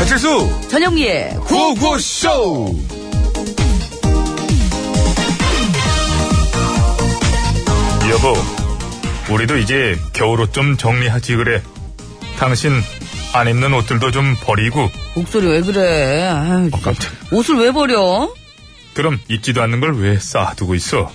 윤정수 전영미의 구 구호구쇼 여보, 우리도 이제 겨울옷 좀 정리하지 그래. 당신 안 입는 옷들도 좀 버리고. 목소리 왜 그래? 아유, 어, 깜짝. 옷을 왜 버려? 그럼 입지도 않는 걸 왜 쌓아두고 있어?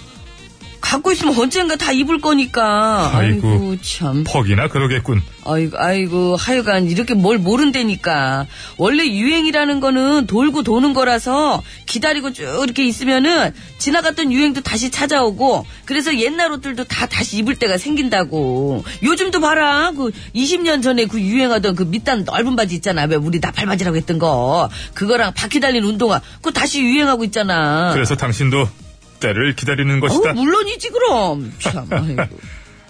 갖고 있으면 언젠가 다 입을 거니까. 아이고. 아이고 참. 퍽이나 그러겠군. 아이고, 아이고, 하여간 이렇게 뭘 모른다니까. 원래 유행이라는 거는 돌고 도는 거라서 기다리고 쭉 이렇게 있으면은 지나갔던 유행도 다시 찾아오고 그래서 옛날 옷들도 다 다시 입을 때가 생긴다고. 요즘도 봐라. 그 20년 전에 그 유행하던 그 밑단 넓은 바지 있잖아. 왜 우리 나팔바지라고 했던 거. 그거랑 바퀴 달린 운동화. 그거 다시 유행하고 있잖아. 그래서 당신도 때를 기다리는 것이다. 어, 물론이지, 그럼. 참, 아이고.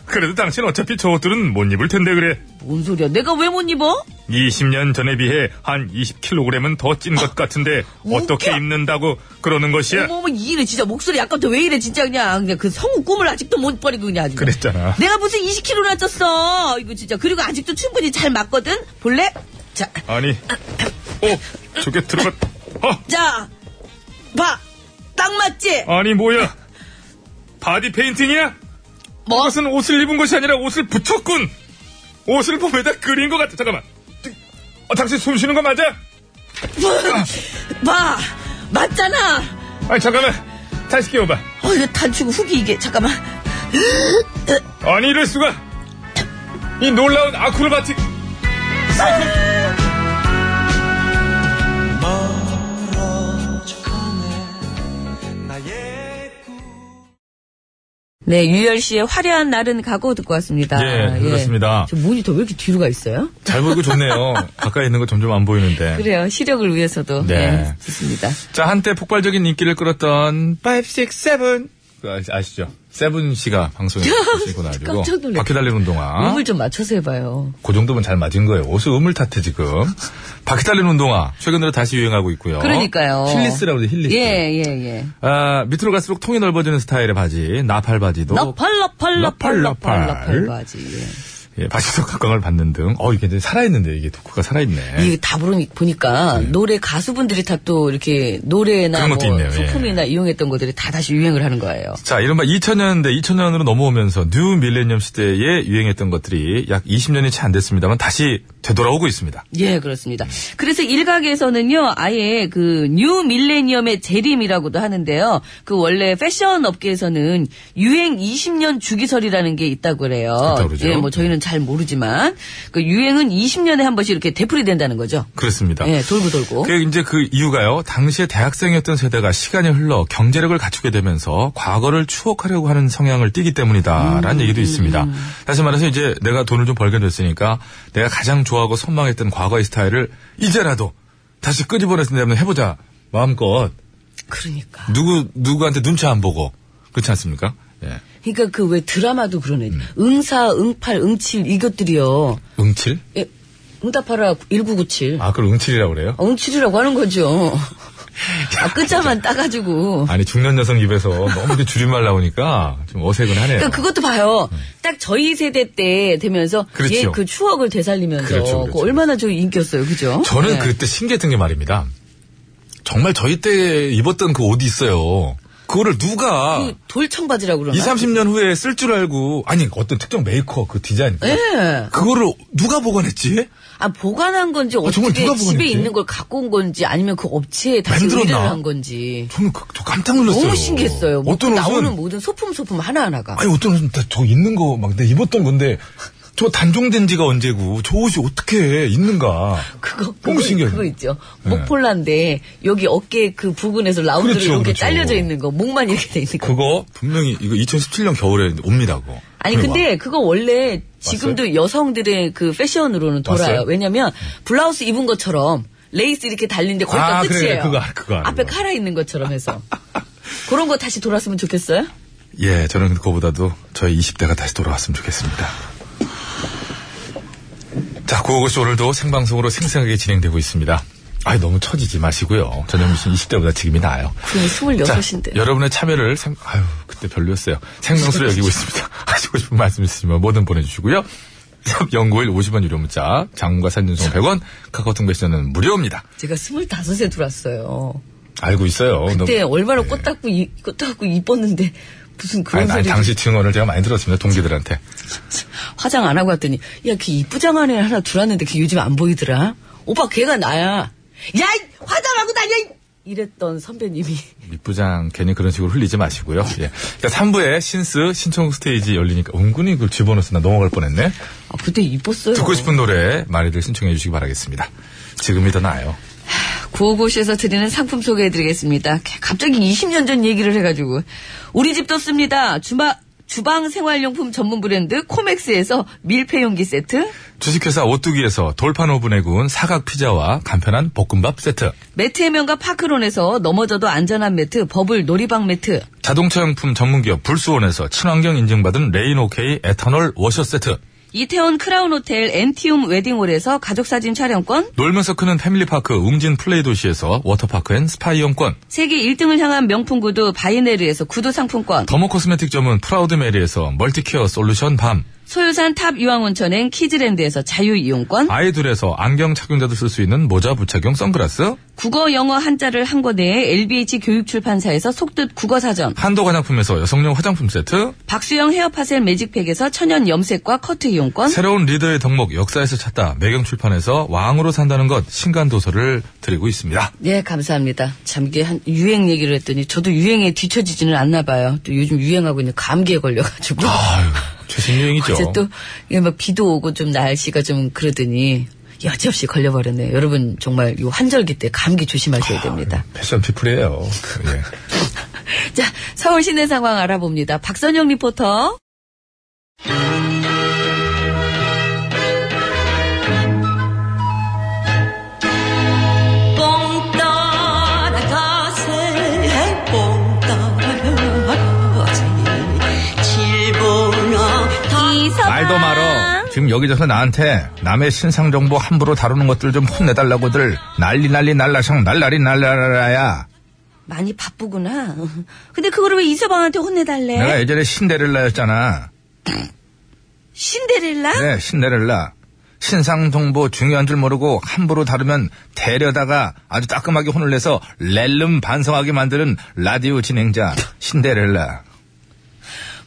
그래도 당신 어차피 저 옷들은 못 입을 텐데 그래. 뭔 소리야. 내가 왜 못 입어? 20년 전에 비해 한 20kg은 더 찐 것 같은데 어떻게 웃겨. 입는다고 그러는 것이야? 어머, 어머, 이래, 진짜. 목소리 아까부터 왜 이래, 진짜, 그냥. 그냥 그 성우 꿈을 아직도 못 버리고, 그냥 아주. 그랬잖아. 내가 무슨 20kg나 쪘어. 이거 진짜. 그리고 아직도 충분히 잘 맞거든? 볼래? 자, 아니, 어, 저게 들어갔, 어, 자, 봐. 딱 맞지? 아니 뭐야? 바디 페인팅이야? 뭐? 그것은 옷을 입은 것이 아니라 옷을 붙였군. 옷을 봄에다 그린 것 같아. 잠깐만. 어, 당신 숨 쉬는 거 맞아? 봐. 맞잖아. 아니 잠깐만. 다시 끼워봐. 어, 이거 단추고 후기 이게. 잠깐만. 아니 이럴 수가. 이 놀라운 아크로바틱. 네, 유열 씨의 화려한 날은 가고 듣고 왔습니다. 예, 그렇습니다. 저 모니터 왜 이렇게 뒤로 가 있어요? 잘 보이고 좋네요. 가까이 있는 거 점점 안 보이는데. 그래요. 시력을 위해서도. 네. 네. 좋습니다. 자, 한때 폭발적인 인기를 끌었던 5, 6, 7. 그 아시죠? 세븐 씨가 방송에 오시고 나가지고 깜짝 놀랐어요. 바퀴 달린 운동화. 음을 좀 맞춰서 해봐요. 그 정도면 잘 맞은 거예요. 옷을 음을 탓해 지금. 바퀴 달린 운동화 최근 들어 다시 유행하고 있고요. 그러니까요. 힐리스라고 그러죠. 힐리스. 예, 예, 예. 아, 밑으로 갈수록 통이 넓어지는 스타일의 바지, 나팔 바지도 러팔, 러팔, 러팔, 러팔, 러팔, 러팔 러팔. 바지. 예. 예, 바지도 각광을 받는 등. 어, 이게 이제 살아있는데 이게 토크가 살아있네. 이다 부르니- 보니까 노래 가수분들이 다 또 이렇게 노래나 예. 그런 것도 뭐 있네요, 예. 소품이나 이용했던 것들이 다 다시 유행을 하는 거예요. 자, 이른바 2000년대, 2000년으로 넘어오면서 뉴 밀레니엄 시대에 유행했던 것들이 약 20년이 채 안 됐습니다만 다시 되돌아오고 있습니다. 예, 그렇습니다. 그래서 일각에서는요, 아예 그 뉴 밀레니엄의 재림이라고도 하는데요. 그 원래 패션 업계에서는 유행 20년 주기설이라는 게 있다고 그래요. 있다고 그러죠. 예, 뭐 저희는 잘 모르지만 그 유행은 20년에 한 번씩 이렇게 되풀이 된다는 거죠. 그렇습니다. 예, 돌고 돌고. 그 이제 그 이유가요. 당시에 대학생이었던 세대가 시간이 흘러 경제력을 갖추게 되면서 과거를 추억하려고 하는 성향을 띠기 때문이다라는 음. 얘기도 있습니다. 다시 말해서 이제 내가 돈을 좀 벌게 됐으니까 내가 가장 좋아하고 선망했던 과거의 스타일을 이제라도 다시 끄집어내서 한번 해보자 마음껏 그러니까. 누구 누구한테 눈치 안 보고 그렇지 않습니까? 예. 그러니까 그 왜 드라마도 그러네. 응사, 응팔, 응칠 이것들이요. 응칠? 예, 응답하라 1997. 아 그걸 응칠이라고 그래요? 응칠이라고 하는 거죠. 아, 끝자만 따가지고. 아니 중년 여성 입에서 너무 이렇게 줄임말 나오니까 좀 어색은 하네요. 음. 그러니까 그것도 봐요. 딱 저희 세대 때 되면서 그렇죠. 예, 그 추억을 되살리면서 그렇죠, 그거 그렇죠. 얼마나 저 인기였어요, 그죠? 저는 예. 그때 신기했던 게 말입니다. 정말 저희 때 입었던 그 옷이 있어요. 그거를 누가 그 돌청바지라고 그러나? 20, 30년 후에 쓸 줄 알고, 아니, 어떤 특정 메이커, 그 디자인. 예. 그거를 누가 보관했지? 아 보관한 건지 아, 정말 어떻게 누가 집에 보관했지? 있는 걸 갖고 온 건지 아니면 그 업체에 다시 만들었나? 의뢰를 한 건지 저는 그, 저 깜짝 놀랐어요. 너무 신기했어요. 뭐 어떤 옷은, 나오는 모든 소품 소품 하나 하나가. 아니, 어떤 옷은 다 저 있는 거, 막, 내 입었던 건데, 저 단종된 지가 언제고, 저 옷이 어떻게 있는가. 그거 너무 그거, 신기해요. 그거 있죠. 목폴라인데 여기 어깨 그 부분에서 라운드로 그렇죠, 이렇게 그렇죠. 잘려져 있는 거 목만 이렇게 돼 있는 거. 그거, 분명히, 이거 2017년 겨울에 옵니다고. 아니 근데 그거 원래 지금도 여성들의 그 패션으로는 돌아요. 왔어요? 음. 왜냐면 블라우스 입은 것처럼 레이스 이렇게 달린데 거기가 아, 그래, 끝이에요. 그래. 그거 알- 그거 알아요. 앞에 카라 있는 것처럼 해서 그런 거 다시 돌았으면 좋겠어요. 예, 저는 그거보다도 저희 20대가 다시 돌아왔으면 좋겠습니다. 자, 구호고시 오늘도 생방송으로 생생하게 진행되고 있습니다. 아이, 너무 처지지 마시고요. 전현미 씨는 20대보다 지금이 나아요. 그게 스물여섯인데. 자, 여러분의 참여를 생, 아유, 그때 별로였어요. 생명수로 여기고 있습니다. 하시고 싶은 말씀 있으시면 뭐든 보내주시고요. 샵 0951 50원 유료 문자, 장문과 사진송 100원, 카카오톡 메시지는 무료입니다. 제가 스물다섯에 들어왔어요. 알고 있어요. 그때 너무- 네, 얼마나 예. 꽃닦고, 이, 꽃닦고 이뻤는데, 무슨 그런 아니, 아니, 소리. 당시 증언을 제가 많이 들었습니다. 동기들한테. 화장 안 하고 왔더니, 야, 걔 이쁘장한 애 하나 들어왔는데 걔 요즘 안 보이더라? 오빠 걔가 나야. 야, 이 화장하고 다녀! 이- 이랬던 선배님이. 밑부장 괜히 그런 식으로 흘리지 마시고요. 예. 자, 3부에 신스 신청 스테이지 열리니까 은근히 그걸 집어넣었나 넘어갈 뻔했네. 아, 그때 이뻤어요. 듣고 싶은 노래 많이들 신청해 주시기 바라겠습니다. 지금이 더 나아요. 구호고시에서 드리는 상품 소개해드리겠습니다. 갑자기 20년 전 얘기를 해가지고 우리 집도 씁니다. 주마, 주방 생활용품 전문 브랜드 코맥스에서 밀폐용기 세트, 주식회사 오뚜기에서 돌판 오븐에 구운 사각 피자와 간편한 볶음밥 세트. 매트 해면과 파크론에서 넘어져도 안전한 매트, 버블 놀이방 매트, 자동차 용품 전문기업 불수원에서 친환경 인증받은 레인 오케이 에탄올 워셔 세트. 이태원 크라운 호텔 엔티움 웨딩홀에서 가족사진 촬영권, 놀면서 크는 패밀리파크 웅진 플레이 도시에서 워터파크 앤 스파 이용권. 세계 1등을 향한 명품 구두 바이네르에서 구두 상품권, 더모 코스메틱 점은 프라우드 메리에서 멀티케어 솔루션 밤. 소유산 탑 유황온천행 키즈랜드에서 자유이용권, 아이들에서 안경 착용자도 쓸 수 있는 모자 부착용 선글라스, 국어 영어 한자를 한 권에 LBH 교육출판사에서 속뜻 국어사전, 한도 화장품에서 여성용 화장품 세트, 박수영 헤어파셀 매직팩에서 천연 염색과 커트 이용권, 새로운 리더의 덕목 역사에서 찾다 매경출판에서 왕으로 산다는 것 신간 도서를 드리고 있습니다. 네, 감사합니다. 참, 이게 한, 유행 얘기를 했더니, 저도 유행에 뒤처지지는 않나 봐요. 또 요즘 유행하고 있는 감기에 걸려가지고. 아유, 최신 유행이죠. 어제 또, 이게 막 비도 오고 좀 날씨가 좀 그러더니, 여지없이 걸려버렸네요. 여러분, 정말 요 한절기 때 감기 조심하셔야 됩니다. 패션 피플이에요. 예. 네. 자, 서울 시내 상황 알아봅니다. 박선영 리포터. 말도 말어. 지금 여기저기서 나한테 남의 신상 정보 함부로 다루는 것들 좀 혼내달라고들 난리 난리 날라성 날라리 날라라야. 많이 바쁘구나. 근데 그거를 왜 이서방한테 혼내달래? 내가 예전에 신데렐라였잖아. 신데렐라? 네, 신데렐라. 신상 정보 중요한 줄 모르고 함부로 다루면 데려다가 아주 따끔하게 혼을 내서 렐름 반성하게 만드는 라디오 진행자 신데렐라.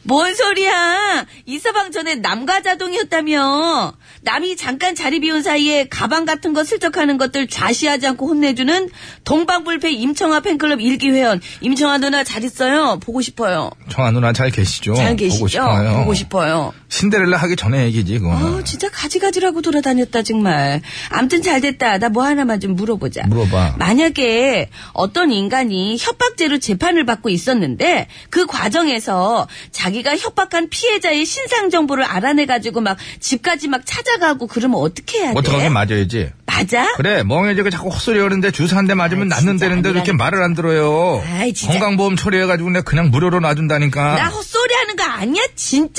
뭔 소리야? 이서방 전에 남가자동이었다며. 남이 잠깐 자리 비운 사이에 가방 같은 거 슬쩍하는 것들 좌시하지 않고 혼내주는 동방불패 임청아 팬클럽 일기 회원 임청아 누나 잘 있어요. 보고 싶어요. 청아 누나 잘 계시죠? 잘 어, 보고 계시죠? 싶어요. 보고 싶어요. 신데렐라 하기 전에 얘기지 그거는. 어, 진짜 가지가지라고 돌아다녔다 정말. 암튼 잘 됐다. 나 뭐 하나만 좀 물어보자. 물어봐. 만약에 어떤 인간이 협박죄로 재판을 받고 있었는데 그 과정에서 자기가 협박한 피해자의 신상 정보를 알아내 가지고 막 집까지 막 찾아가고 그러면 어떻게 해야 돼? 어떡하게 맞아야지. 맞아? 그래 멍해지게 자꾸 헛소리 하는데 주사 한 대 맞으면 아, 진짜 낫는다는데 왜 이렇게 아니라니까. 말을 안 들어요. 아이, 진짜. 건강보험 처리해가지고 내가 그냥 무료로 놔준다니까. 나 헛소리 하는 거 아니야?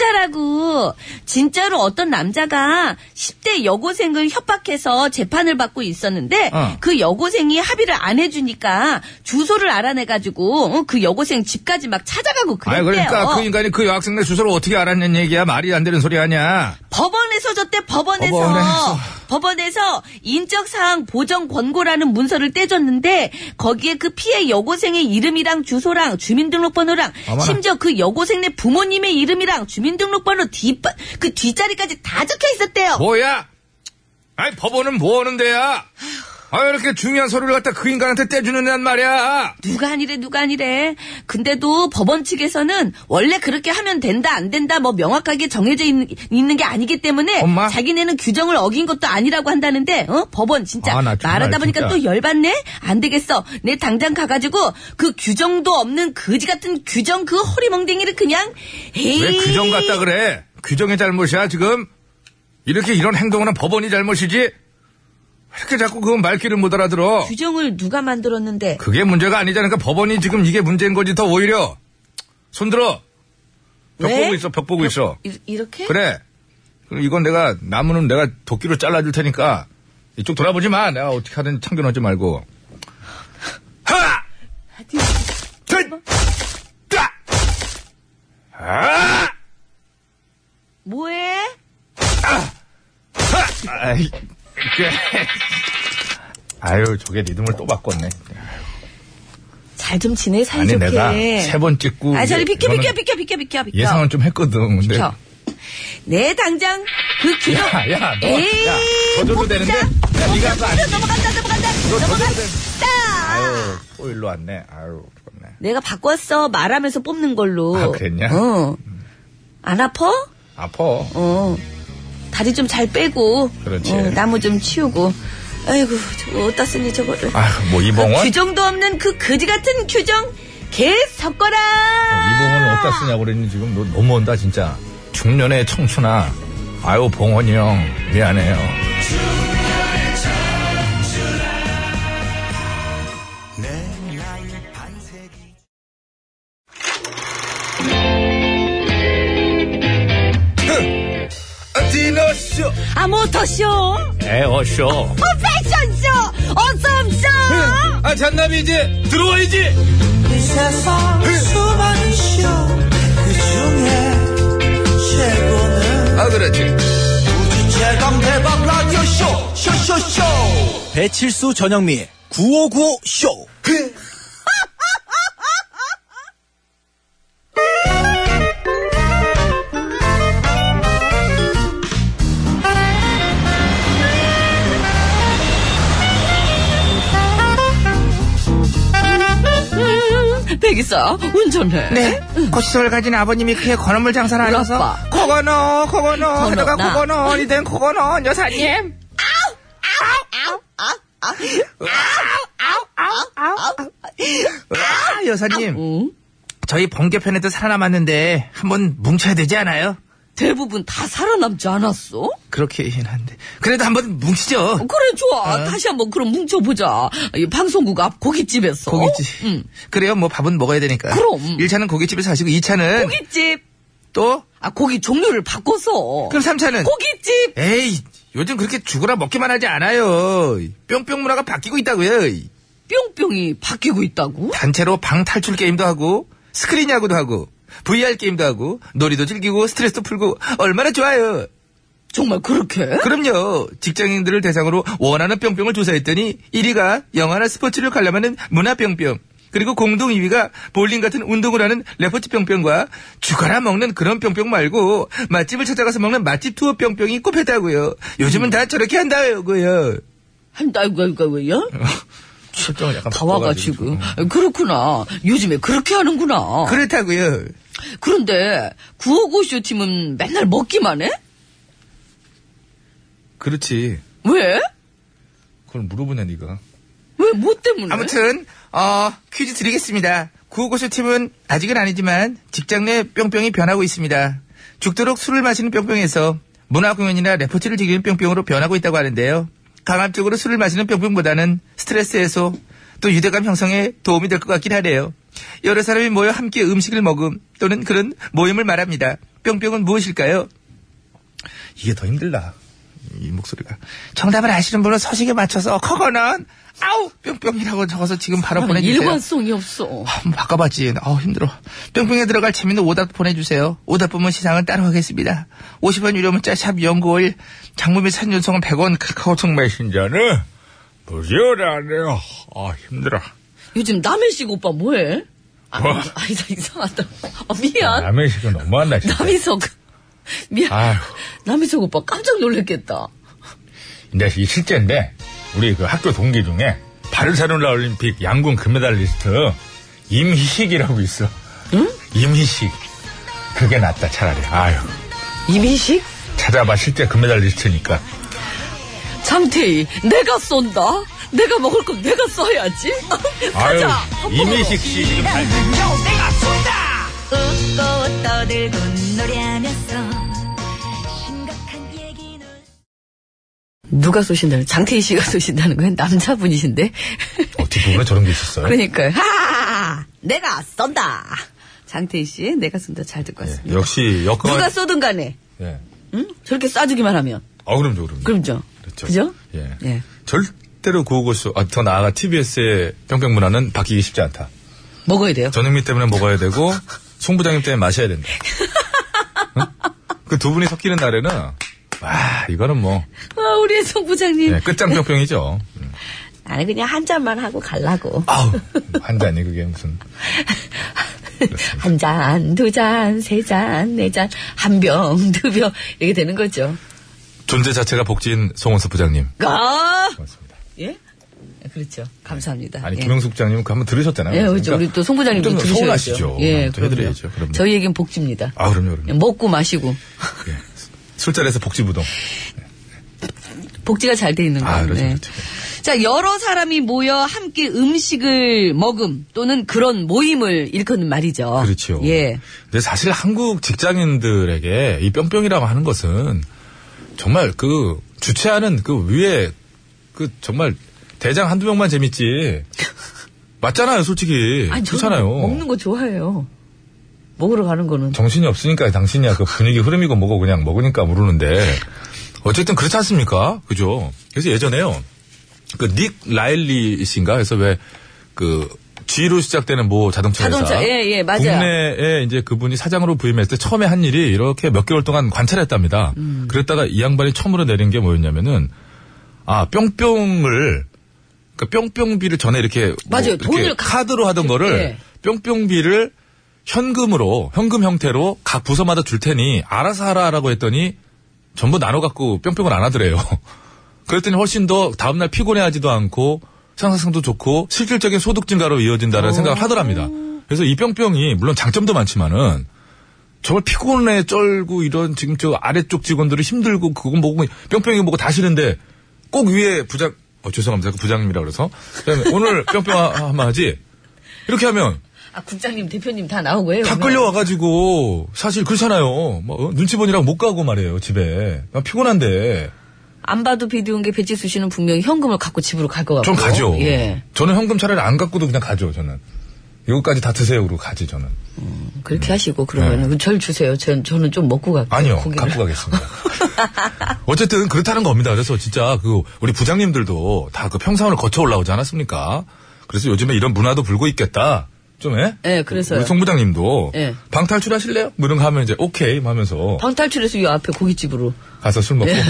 진짜라고. 진짜로 어떤 남자가 10대 여고생을 협박해서 재판을 받고 있었는데, 어. 그 여고생이 합의를 안 해주니까 주소를 알아내가지고, 어, 그 여고생 집까지 막 찾아가고 아이, 그랬대요. 그러니까 그 인간이 그 여학생 네 주소를 어떻게 알았냐는 얘기야. 말이 안 되는 소리 아니야. 법원에서 줬대, 법원에서. 법원에서. 법원에서 인적사항 보정 권고라는 문서를 떼줬는데, 거기에 그 피해 여고생의 이름이랑 주소랑 주민등록번호랑, 어머나. 심지어 그 여고생 네 부모님의 이름이랑 주민등록번호 뒷, 그 뒷자리까지 다 적혀 있었대요. 뭐야? 아이 법원은 뭐 하는 데야? 아 이렇게 중요한 서류를 갖다 그 인간한테 떼주느냐는 말이야. 누가 아니래, 누가 아니래. 근데도 법원 측에서는 원래 그렇게 하면 된다, 안 된다, 뭐 명확하게 정해져 있는, 있는 게 아니기 때문에 엄마? 자기네는 규정을 어긴 것도 아니라고 한다는데, 어? 법원 진짜 아, 나 정말 말하다 보니까 진짜. 또 열받네? 안 되겠어. 내 당장 가가지고 그 규정도 없는 거지 같은 규정 그 허리멍댕이를 그냥, 에이. 왜 규정 같다 그래? 규정의 잘못이야 지금? 이렇게 이런 행동은 법원이 잘못이지? 왜 이렇게 자꾸 그 말귀를 못 알아들어? 규정을 누가 만들었는데, 그게 문제가 아니잖아. 그 법원이 지금 이게 문제인 거지 더 오히려. 손들어. 벽 왜? 보고 있어. 벽 보고 있어. 이- 이렇게? 그래. 그럼 이건 내가 나무는 내가 도끼로 잘라줄 테니까 이쪽 돌아보지 마. 내가 어떻게 하든 참견하지 말고. 하! 둘! 따! 아! 뭐해? 아! 아이, 꽤. 아유, 저게 리듬을 또 바꿨네. 잘 좀 지내 아니, 사이좋게. 내가 세 번 찍고. 아, 저리 비켜 이거는 비켜 비켜 비켜 비켜 비켜. 예상은 좀 했거든. 근데. 비켜. 내 당장 그 기록. 네. 야, 야, 너, 에이, 야, 저 정도 되는데? 야, 네가 한거 아니지? 넘어간다 넘어간다 너 저절로 넘어간다. 아유, 또 일로 왔네. 아유, 죽었네. 내가 바꿨어 말하면서 뽑는 걸로. 아, 그랬냐? 어. 안 아파? 아파. 어. 다리 좀 잘 빼고. 그렇지. 어, 나무 좀 치우고. 아이고 저거 어디다 쓰니 저거를. 아유, 뭐 이봉원? 규정도 없는 그 거지 같은 규정 개 섞어라. 뭐 이봉원을 어디다 쓰냐고 그랬니 지금 너 넘어온다 진짜 중년의 청춘아 아유 봉원이 형 미안해요 아, 디너쇼 아 모터쇼, 네, 에어쇼 어, 패션쇼, 어썸쇼. 아 잔남이 이제 들어와야지 이 세상 그 수많은 쇼그 중에 최고는 아 그렇지 우주 최강 대박 라디오 쇼 쇼쇼쇼 배칠수 전영미 9595 쇼. 백이사 운전해. 네. 고시솔 가진 아버님이 그의 건어물 장사를 우리 하셔서 아빠. 코건어 코건어 하다가 나. 코건어 이된 코건어 여사님 예? 아 여사님 응? 저희 번개편에도 살아남았는데 한번 뭉쳐야 되지 않아요? 대부분 다 살아남지 않았어? 그렇긴 한데 그래도 한번 뭉치죠 그래 좋아. 네. 다시 한번 그럼 뭉쳐보자. 이 방송국 앞 고깃집에서. 고깃집 어? 응. 그래요 뭐 밥은 먹어야 되니까 그럼. 1차는 고깃집에서 하시고 2차는 고깃집. 또 아 고기 종류를 바꿔서. 그럼 3차는 고깃집. 에이, 요즘 그렇게 죽으라 먹기만 하지 않아요. 뿅뿅 문화가 바뀌고 있다고요. 뿅뿅이 바뀌고 있다고? 단체로 방 탈출 게임도 하고, 스크린 야구도 하고, VR 게임도 하고, 놀이도 즐기고, 스트레스도 풀고, 얼마나 좋아요. 정말 그렇게? 그럼요. 직장인들을 대상으로 원하는 뿅뿅을 조사했더니 1위가 영화나 스포츠를 관람하는 문화 뿅뿅. 그리고 공동 2위가 볼링 같은 운동을 하는 레포츠 뿅뿅과 죽어라 먹는 그런 뿅뿅 말고 맛집을 찾아가서 먹는 맛집 투어 뿅뿅이 꼽혔다고요. 요즘은 다 저렇게 한다고요. 한다 아이고 아이고 아이고요? 설정을 약간 다 와가지고. 아, 그렇구나. 요즘에 그렇게 하는구나. 그렇다고요. 그런데 구호고쇼 팀은 맨날 먹기만 해? 그렇지 왜? 그걸 물어보냐 네가 왜 뭐 때문에? 네. 아무튼 어, 퀴즈 드리겠습니다. 구호고쇼 팀은 아직은 아니지만 직장 내 뿅뿅이 변하고 있습니다. 죽도록 술을 마시는 뿅뿅에서 문화 공연이나 레포츠를 즐기는 뿅뿅으로 변하고 있다고 하는데요. 강압적으로 술을 마시는 뿅뿅보다는 스트레스 해소 또 유대감 형성에 도움이 될 것 같긴 하네요. 여러 사람이 모여 함께 음식을 먹음 또는 그런 모임을 말합니다. 뿅뿅은 무엇일까요? 이게 더 힘들다 이 목소리가 정답을 아시는 분은 서식에 맞춰서 커거는 아우 뿅뿅이라고 적어서 지금 바로 보내주세요. 일관성이 없어. 한번 바꿔봤지. 아 힘들어. 뿅뿅에 들어갈 재밌는 오답 보내주세요. 오답 보면 시상은 따로 하겠습니다. 50원 유료 문자 샵 연구일 장무비 산연성은 100원 카카오톡 메신저는 무료라네요 아 힘들어 요즘 남해식 오빠 뭐해? 아, 뭐? 아 이상- 이상하다. 아, 미안. 남의 식은 너무한다 진짜 남희석. 미안. 아휴. 남희석 오빠 깜짝 놀랐겠다. 근데 네, 이 실제인데 우리 그 학교 동기 중에 바르셀로나 올림픽 양궁 금메달리스트 임희식이라고 있어. 응? 임희식. 그게 낫다 차라리. 아유 이민식? 찾아봐 실제 금메달리스트니까. 장태희, 내가 쏜다. 내가 먹을 건 내가 써야지. 아유 가자. 밥 먹으러. 임희식 씨 지금 잘 웃고 떠들고 노래하면서 심각한 얘기는 누가 쏘신다는? 장태희 씨가 쏘신다는 거예요? 남자분이신데. 어떻게 부분에 저런 게 있었어요? 그러니까요. 하! 내가 쏜다. 장태희 씨, 내가 쏜다. 잘 듣고 왔습니다. 예, 역시 역과. 누가 쏘든 간에, 예. 응? 저렇게 쏴주기만 하면. 아 그럼요 그럼요. 그럼죠. 그렇죠. 그죠? 예. 예. 절대로 구호고쇼. 아, 더 나아가 TBS의 평평 문화는 바뀌기 쉽지 않다. 먹어야 돼요. 전영미 때문에 먹어야 되고 송 부장님 때문에 마셔야 된다. 그 두 분이 섞이는 날에는 와 이거는 뭐 아, 우리의 송 부장님. 네, 끝장 뿅뿅이죠. 음. 나는 그냥 한 잔만 하고 갈라고. 아우, 한 잔이 그게 무슨. 한 잔, 두 잔, 세 잔, 네 잔, 한 병, 두 병, 이렇게 되는 거죠. 존재 자체가 복지인 송원섭 부장님. 아! 고맙습니다. 예? 그렇죠. 감사합니다. 아니, 예. 김영숙 부장님 그거 한번 들으셨잖아요. 예, 그렇죠. 그러니까 우리 또 송 부장님도 좀 들으셔야죠. 서운하시죠. 예, 또 해드려야죠. 그럼요. 그럼요. 저희 얘기는 복지입니다. 아, 그럼요, 그럼요. 먹고 마시고. 예. 술자리에서 복지부동. 복지가 잘 돼 있는 거예요. 아, 그렇죠, 네. 그렇죠. 자, 여러 사람이 모여 함께 음식을 먹음 또는 그런 모임을 일컫는 말이죠. 그렇죠. 예. 근데 사실 한국 직장인들에게 이 뿅뿅이라고 하는 것은 정말 그 주최하는 그 위에 그 정말 대장 한두 명만 재밌지. 맞잖아요, 솔직히. 아니, 저는 그렇잖아요. 먹는 거 좋아해요. 먹으러 가는 거는. 정신이 없으니까 당신이야 그 분위기 흐름이고 뭐고 그냥 먹으니까 모르는데 어쨌든 그렇지 않습니까? 그죠? 그래서 예전에요 그 닉 라일리 씨인가 그래서 왜 그 G로 시작되는 뭐 자동차 회사 자동차, 예, 예, 맞아요. 국내에 이제 그분이 사장으로 부임했을 때 처음에 한 일이 이렇게 몇 개월 동안 관찰했답니다. 음. 그랬다가 이 양반이 처음으로 내린 게 뭐였냐면은 아 뿅뿅을 그 뿅뿅비를 전에 이렇게 뭐 맞아요. 이렇게 돈을 가- 카드로 하던 거를 뿅뿅비를 현금으로 현금 형태로 각 부서마다 줄 테니 알아서 하라라고 했더니 전부 나눠 갖고 뿅뿅을 안 하더래요. 그랬더니 훨씬 더 다음날 피곤해하지도 않고 상상성도 좋고 실질적인 소득 증가로 이어진다는 생각을 하더랍니다. 그래서 이 뿅뿅이 물론 장점도 많지만은 정말 피곤해 쩔고 이런 지금 저 아래쪽 직원들이 힘들고 그거 뭐고 뿅뿅이 뭐고 다 싫은데 꼭 위에 부장 어 죄송합니다 그 부장님이라 그래서 그다음에 오늘 뿅뿅 하- 한번 하지 이렇게 하면 아, 국장님, 대표님 다 나오고 해요. 다 그러면. 끌려와가지고 사실 그렇잖아요 뭐 어? 눈치 보느라고 못 가고 말이에요 집에 나 피곤한데 안 봐도 비디오인 게 배치수 씨는 분명히 현금을 갖고 집으로 갈 것 같고. 전 가죠 예. 저는 현금 차라리 안 갖고도 그냥 가죠 저는 이거까지 다 드세요 그러고 가지 저는 그렇게 하시고, 그러면. 은절 주세요. 전, 저는 좀 먹고 갈게요. 음. 네. 아니요, 고기를. 갖고 가겠습니다. 어쨌든 그렇다는 겁니다. 그래서 진짜 그 우리 부장님들도 다 그 평상을 거쳐 올라오지 않았습니까? 그래서 요즘에 이런 문화도 불고 있겠다. 좀 해? 예, 그래서요. 우리 송 부장님도 예. 방탈출 하실래요? 뭐 이런 거 하면 이제 오케이 뭐 하면서 방탈출해서 예. 이 앞에 고깃집으로. 가서 술 먹고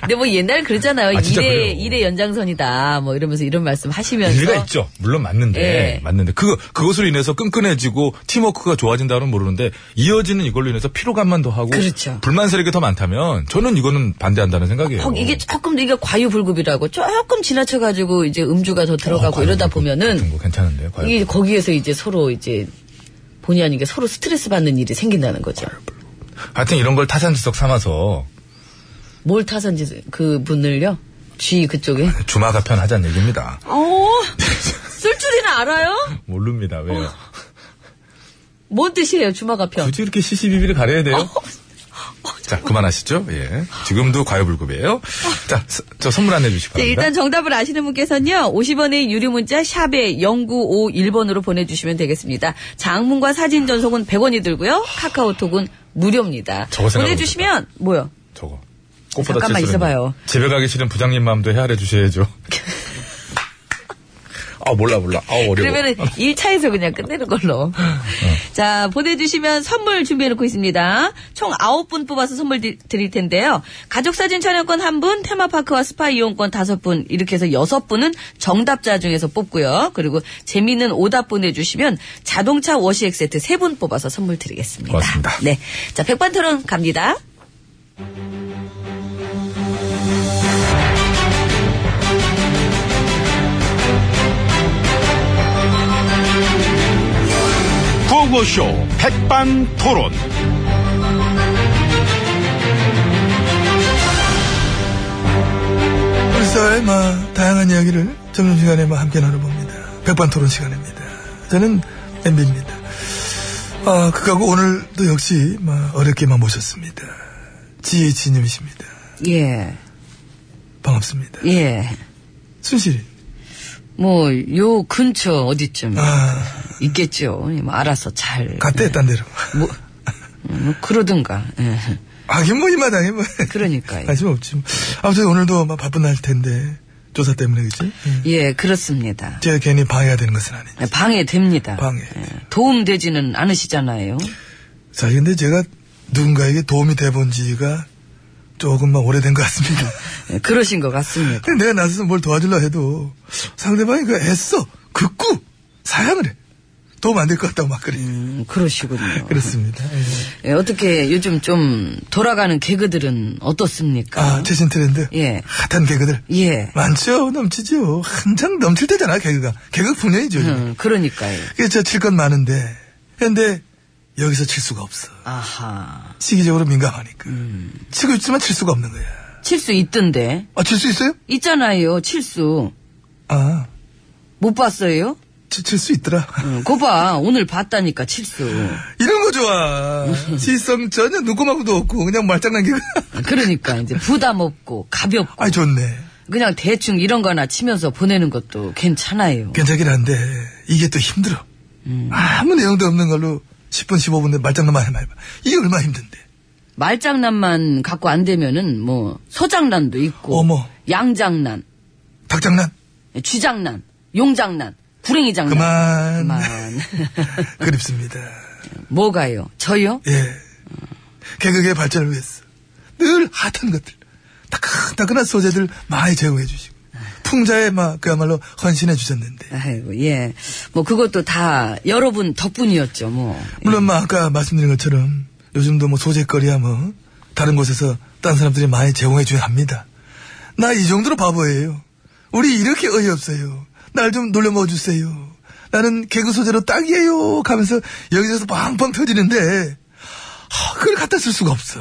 근데 뭐 옛날 그러잖아요. 네. 아, 진짜 일의, 그래요. 일의 연장선이다. 뭐 이러면서 이런 말씀 하시면서. 일리가 있죠. 물론 맞는데 예. 맞는데 그 그것으로 인해서 끈끈해지고 팀워크가 좋아진다는 모르는데 이어지는 이걸로 인해서 피로감만 더 하고 그렇죠. 불만스럽게 더 많다면 저는 이거는 반대한다는 생각이에요. 혹 이게 조금 이게 과유불급이라고 조금 지나쳐가지고 이제 음주가 더 들어가고 어, 이러다 과연 같은 보면은 거 괜찮은데요. 과연. 이게 거기에서 이제 서로 이제 본의 아니게 서로 스트레스 받는 일이 생긴다는 거죠. 하여튼 이런 걸 타산지석 삼아서 뭘 타선지 그 분을요? 쥐 그쪽에? 주마 가편 하자는 얘기입니다. 어, 쓸 줄이나 알아요? 모릅니다. 왜요? 뭔 뜻이에요, 주마가편? 굳이 이렇게 시시비비를 가려야 돼요? 어. 자, 그만하시죠. 예. 지금도 과유불급이에요. 자, 스- 저 선물 안내 주시기 네, 바랍니다. 일단 정답을 아시는 분께서는요, 50원의 유료 문자 샵에 0951번으로 보내주시면 되겠습니다. 장문과 사진 전송은 100원이 들고요, 카카오톡은 무료입니다. 저거 생각하고 보내주시면, 뭐요? 저거. 꽃보다 잠깐만 찔수록 있어봐요. 집에 가기 싫은 부장님 마음도 헤아려 주셔야죠. 아, 몰라, 몰라. 아, 어려워. 그러면은 1차에서 그냥 끝내는 걸로. 어. 자, 보내주시면 선물 준비해놓고 있습니다. 총 9분 뽑아서 선물 드- 드릴 텐데요. 가족사진 촬영권 1분, 테마파크와 스파 이용권 5분, 이렇게 해서 6분은 정답자 중에서 뽑고요. 그리고 재미있는 오답 보내주시면 자동차 워시액 세트 3분 뽑아서 선물 드리겠습니다. 고맙습니다. 네. 자, 백반 토론 갑니다. 구호쇼 백반 토론. 우리 사회의 막 다양한 이야기를 점심시간에 막 함께 나눠봅니다. 백반토론 시간입니다. 저는 MB입니다. 아, 그하고 오늘도 역시 막 어렵게 막 모셨습니다. GH님이십니다. 예, 반갑습니다. 예. 순실이. 뭐, 요 근처 어디쯤 아, 있겠죠. 뭐 알아서 잘. 갔대, 딴 데로. 뭐, 음, 뭐 그러든가. 예. 하긴 뭐, 이 마당에 뭐. 그러니까요. 관심 없지. 뭐. 아무튼 오늘도 막 바쁜 날 텐데. 조사 때문에, 그치? 예. 예, 그렇습니다. 제가 괜히 방해가 되는 것은 아니지. 방해됩니다. 예. 방해. 도움 되지는 않으시잖아요. 사실 근데 제가 뭐 누군가에게 도움이 돼본 지가 조금만 오래된 것 같습니다. 예, 그러신 것 같습니다. 근데 내가 나서서 뭘 도와주려 해도 상대방이 그 애써 극구 사양을 해. 도움 안 될 것 같다고 막 그래. 음, 그러시군요. 그렇습니다. 예. 예, 어떻게 요즘 좀 돌아가는 개그들은 어떻습니까? 아, 최신 트렌드. 그러니까. 예. 핫한 개그들. 예. 많죠? 넘치죠? 한창 넘칠 때잖아, 개그가. 개그 풍년이죠. 음. 음, 그러니까요. 그래서 칠건 많은데. 근데 여기서 칠 수가 없어. 아하. 시기적으로 민감하니까. 음. 치고 있지만 칠 수가 없는 거야. 칠 수 있던데. 아, 칠 수 있어요? 있잖아요, 칠수. 아, 못 봤어요? 칠 수 있더라. 응, 거 봐. 오늘 봤다니까, 칠수. 이런 거 좋아. 시성 전혀 눈꼬마고도 없고, 그냥 말장난 개그. 그러니까, 이제 부담 없고, 가볍고. 아이, 좋네. 그냥 대충 이런 거 하나 치면서 보내는 것도 괜찮아요. 음. 괜찮긴 한데 이게 또 힘들어. 아무 내용도 없는 걸로 10분 15분 내 말장난만 하면 해봐. 이게 얼마나 힘든데. 말장난만 갖고 안 되면은, 뭐, 서장난도 있고. 어머. 양장난, 닭장난 쥐장난, 용장난, 구랭이 장난. 네, 그만. 그만. 그립습니다. 뭐가요? 저요? 예. 개그의 발전을 위해서 늘 핫한 것들 따끈따끈한 소재들 많이 제공해 주시고 풍자에 막 그야말로 헌신해 주셨는데 아이고, 예. 뭐, 그것도 다 여러분 덕분이었죠, 뭐. 물론 막 아까 말씀드린 것처럼 요즘도 뭐 소재거리야 뭐 다른 곳에서 딴 사람들이 많이 제공해 줘야 합니다. 나 이 정도로 바보예요. 우리 이렇게 어이없어요. 날 좀 놀려 먹어 주세요. 나는 개그 소재로 딱이에요. 하면서 여기저기서 빵빵 터지는데 하, 그걸 갖다 쓸 수가 없어.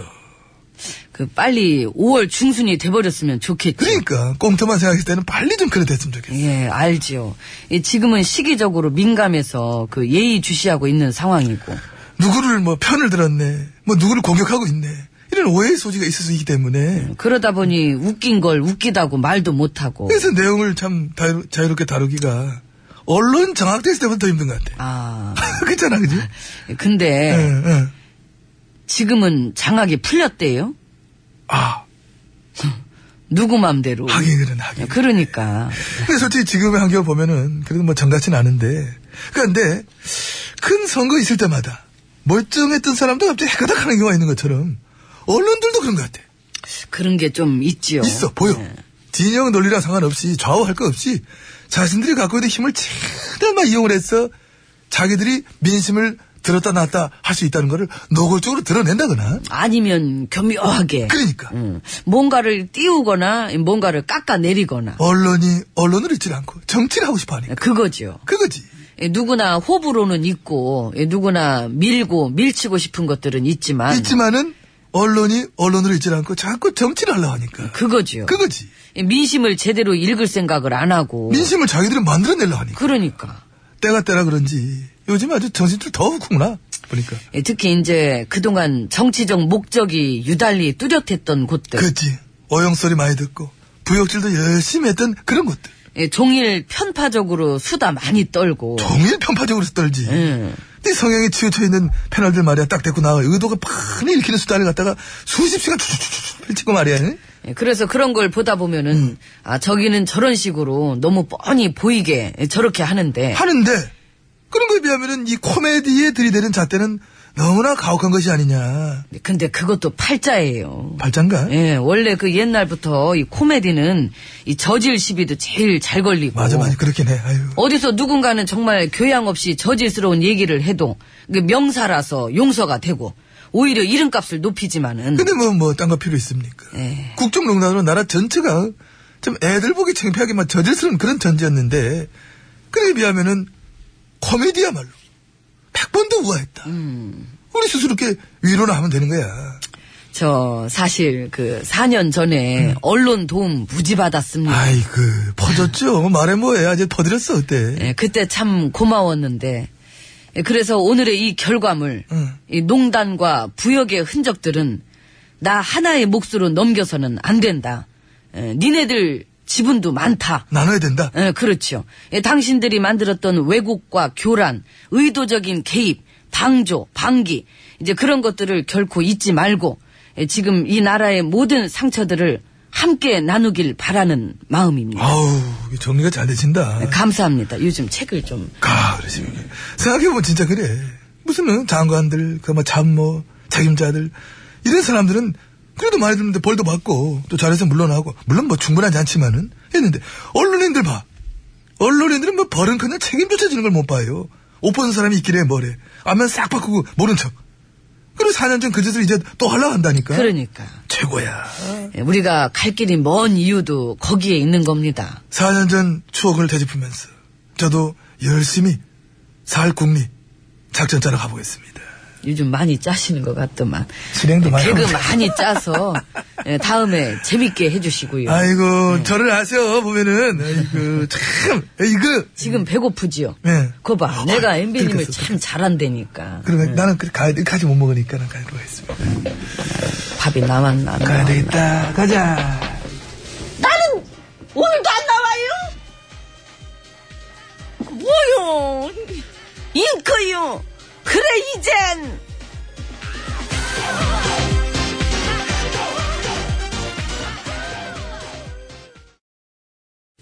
그, 빨리 5월 중순이 돼버렸으면 좋겠죠. 그러니까 꽁트만 생각했을 때는 빨리 좀 그래 됐으면 좋겠어. 예, 알지요. 이 지금은 시기적으로 민감해서 그 예의 주시하고 있는 상황이고. 누구를 뭐 편을 들었네. 뭐 누구를 공격하고 있네. 이런 오해의 소지가 있을 수 있기 때문에 그러다 보니 웃긴 걸 웃기다고 말도 못하고. 그래서 내용을 참 자유, 롭게 다루기가 언론 장악됐을 때보다 더 힘든 것 같아. 아, 그렇잖아, 그지? 예, 근데 응, 응. 지금은 장악이 풀렸대요? 아, 누구 맘대로. 하긴 그런 하긴. 그러니까. 근데 솔직히 지금의 한겨 보면은 그래도 뭐 정같진 않은데. 그런데 큰 선거 있을 때마다 멀쩡했던 사람도 갑자기 해가닥하는 경우가 있는 것처럼 언론들도 그런 것 같아. 그런 게 좀 있지요. 네. 있어 보여. 진영 논리랑 상관없이 좌우할 거 없이 자신들이 갖고 있는 힘을 최대한 이용을 해서 자기들이 민심을 들었다 놨다 할 수 있다는 거를 노골적으로 드러낸다거나 아니면 교묘하게. 그러니까 음, 뭔가를 띄우거나 뭔가를 깎아내리거나. 언론이 언론을 잊지 않고 정치를 하고 싶어 하니까 그거죠. 그거지 예, 누구나 호불호는 있고 예, 누구나 밀고 밀치고 싶은 것들은 있지만 있지만은 언론이 언론을 잊지 않고 자꾸 정치를 하려고 하니까 그거지요. 그거지 예, 민심을 제대로 읽을 생각을 안 하고 민심을 자기들이 만들어내려 하니까 그러니까 때가 때라 그런지 요즘 아주 정신줄 더 훅구나 보니까 예, 특히 이제 그동안 정치적 목적이 유달리 뚜렷했던 곳들 그렇지 어영 소리 많이 듣고 부역질도 열심히 했던 그런 것들 예, 종일 편파적으로 수다 많이 떨고 종일 편파적으로 떨지 예. 네 성향이 치우쳐 있는 패널들 말이야 딱 데리고 나와 의도가 빤히 읽히는 수단을 갖다가 수십 시간 쭈쭈쭈쭈 펼치고 말이야 응? 예, 그래서 그런 걸 보다 보면은 음. 아 저기는 저런 식으로 너무 뻔히 보이게 예, 저렇게 하는데 하는데 그런 거에 비하면은 이 코미디에 들이대는 잣대는 너무나 가혹한 것이 아니냐 근데 그것도 팔자예요. 발장가 예, 원래 그 옛날부터 이 코미디는 이 저질 시비도 제일 잘 걸리고. 맞아 맞아 그렇긴 해 아유 어디서 누군가는 정말 교양 없이 저질스러운 얘기를 해도 그 명사라서 용서가 되고 오히려 이름값을 높이지만은 근데 뭐 뭐 딴 거 필요 있습니까 예. 국정농단으로 나라 전체가 좀 애들 보기 창피하게만 저질스러운 그런 전제였는데 그에 비하면은 코미디야말로 백번도 우아했다 음. 우리 스스로 이렇게 위로나 하면 되는 거야 저 사실 그 4년 전에 언론 도움 무지 받았습니다. 아이고 퍼졌죠 말해 뭐해 아직 퍼드렸어 그때 예, 그때 참 고마웠는데 예, 그래서 오늘의 이 결과물 응. 이 농단과 부역의 흔적들은 나 하나의 몫으로 넘겨서는 안 된다. 예, 니네들 지분도 많다. 나눠야 된다 예, 그렇죠. 예, 당신들이 만들었던 왜곡과 교란, 의도적인 개입, 방조, 방기 이제 그런 것들을 결코 잊지 말고 예, 지금 이 나라의 모든 상처들을 함께 나누길 바라는 마음입니다. 예, 아우 이게 정리가 잘 되신다 감사합니다. 요즘 책을 좀 가 그러지 생각해보면 진짜 어? 그 그래 무슨 장관들 그뭐 참모 책임자들 뭐 이런 사람들은 그래도 많이 들는데 벌도 받고 또 잘해서 물러나고 물론 뭐 충분하지 않지만은 했는데 언론인들 봐 언론인들은 뭐 벌은커녕 책임조차 지는 걸 못 봐요 옷 벗은 사람이 있길래 뭐래 안면 싹 바꾸고 모른 척 그리고 4년 전 그 짓을 이제 또 하려고 한다니까 그러니까. 최고야 예, 우리가 갈 길이 먼 이유도 거기에 있는 겁니다. 4년 전 추억을 되짚으면서 저도 열심히 살 국리 작전 짜러 가보겠습니다 요즘 많이 짜시는 것 같더만. 예, 실행도 많이 개그 하고. 많이 짜서 예, 다음에 재밌게 예. 해주시고요. 아이고 저를 아세요 보면은 아이고 참 이거 지금 배고프지요? 예. 그거 봐. 내가 음. 아, MB님을 들켰어, 참 잘한다니까. 그러면 나는 그 가야 돼. 가지 못 먹으니까 난 가야 되겠습니다. 밥이 나왔나. 안 가야 나왔나. 되겠다. 가자. 오늘도 안 나와요? 뭐요? 잉크요. 그래 이젠.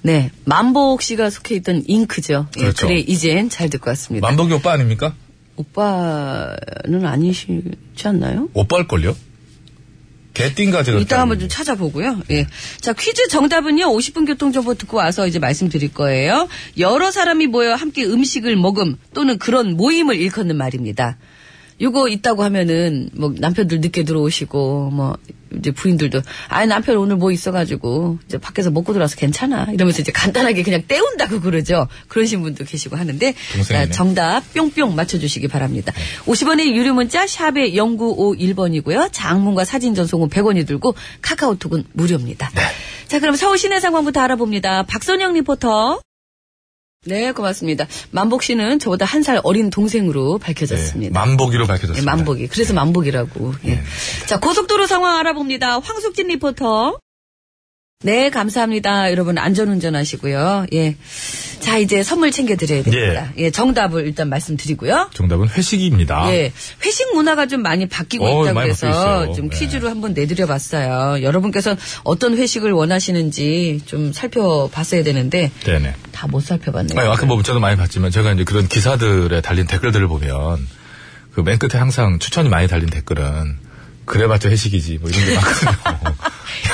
네. 만복 씨가 속해 있던 잉크죠. 예, 그렇죠. 그래, 이젠 잘 듣고 왔습니다. 만덕이 오빠 아닙니까? 오빠는 아니시지 않나요? 오빠일걸요? 개띵가 제가. 이따 한번 좀 찾아보고요. 예. 자, 퀴즈 정답은요. 50분 교통정보 듣고 와서 이제 말씀드릴 거예요. 여러 사람이 모여 함께 음식을 먹음 또는 그런 모임을 일컫는 말입니다. 요거 있다고 하면은 뭐 남편들 늦게 들어오시고 뭐 이제 부인들도 아 남편 오늘 뭐 있어가지고 이제 밖에서 먹고 들어와서 괜찮아 이러면서 이제 간단하게 그냥 때운다고 그러죠 그러신 분도 계시고 하는데 동생이네. 자, 정답 뿅뿅 맞춰주시기 바랍니다. 50원의 유료 문자 샵의 0951번이고요. 장문과 사진 전송은 100원이 들고 카카오톡은 무료입니다. 네. 자 그럼 서울 시내 상황부터 알아봅니다. 박선영 리포터. 네 고맙습니다. 만복 씨는 저보다 한 살 어린 동생으로 밝혀졌습니다. 만복이로 예, 밝혀졌습니다. 만복이. 그래서 만복이라고. 예. 자, 고속도로 상황 알아봅니다. 황숙진 리포터. 네, 감사합니다. 여러분, 안전운전 하시고요. 예. 자, 이제 선물 챙겨드려야 됩니다. 예, 정답을 일단 말씀드리고요. 정답은 회식입니다. 예. 회식 문화가 좀 많이 바뀌고 아. 어, 있다고 많이 해서 바뀌었어요. 좀 네. 퀴즈로 한번 내드려 봤어요. 여러분께서는 어떤 회식을 원하시는지 좀 살펴봤어야 되는데 네네. 다 못 살펴봤네요. 아니, 아까 뭐 문자도 많이 봤지만 제가 이제 그런 기사들에 달린 댓글들을 보면 그 맨 끝에 항상 추천이 많이 달린 댓글은 그래봤자 회식이지 뭐 이런 게 많거든요.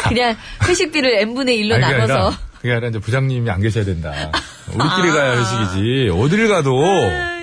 그냥 회식비를 n분의 1로 아니, 그게 아니라- 나눠서 아. 그게 아니라 이제 부장님이 안 계셔야 된다. 우리끼리 가야 회식이지. 어딜 가도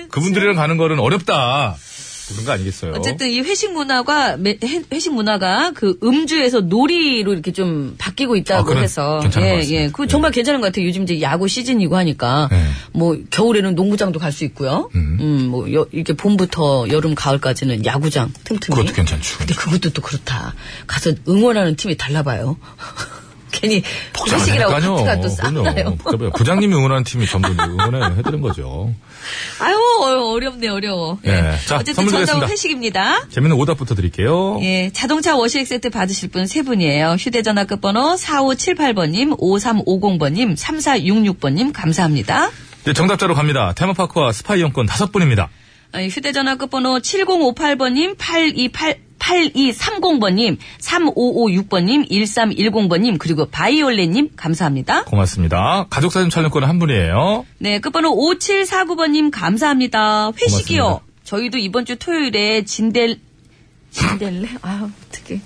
그분들이랑 가는 거는 어렵다. 그런 거 아니겠어요? 어쨌든 이 회식 문화가 매- 해- 회식 문화가 그 음주에서 놀이로 이렇게 좀 바뀌고 아, 있다고 그건 해서 괜찮은 것 예, 같습니다. 예. 그 정말 괜찮은 것 같아요. 요즘 이제 야구 시즌이고 하니까 네. 뭐 겨울에는 농구장도 갈 수 있고요. 음, 뭐 여- 이렇게 봄부터 여름 가을까지는 야구장 틈틈이. 그것도 괜찮죠. 근데 그것도 또 그렇다. 가서 응원하는 팀이 달라봐요. 괜히 회식이라고 파트가 또 싸나요? 그럼요. 그러니까 부장님이 응원하는 팀이 전부 응원해 해드는 거죠. 아유 어려- 어렵네 어려워. 예. 자, 어쨌든 선물 정답은 드리겠습니다. 회식입니다. 재밌는 오답부터 드릴게요. 예, 자동차 워시액 세트 받으실 분 세 분이에요. 휴대전화 끝번호 4578번님, 5350번님, 3466번님 감사합니다. 네, 정답자로 갑니다. 테마파크와 스파 이용권 다섯 분입니다. 아, 휴대전화 끝번호 7058번님, 828, 8230번님, 3556번님, 1310번님, 그리고 바이올렛님 감사합니다. 고맙습니다. 가족사진 촬영권 한 분이에요. 네, 끝번호 5749번님 감사합니다. 회식이요. 고맙습니다. 저희도 이번 주 토요일에 진델, 진델레? 아, 어떻게.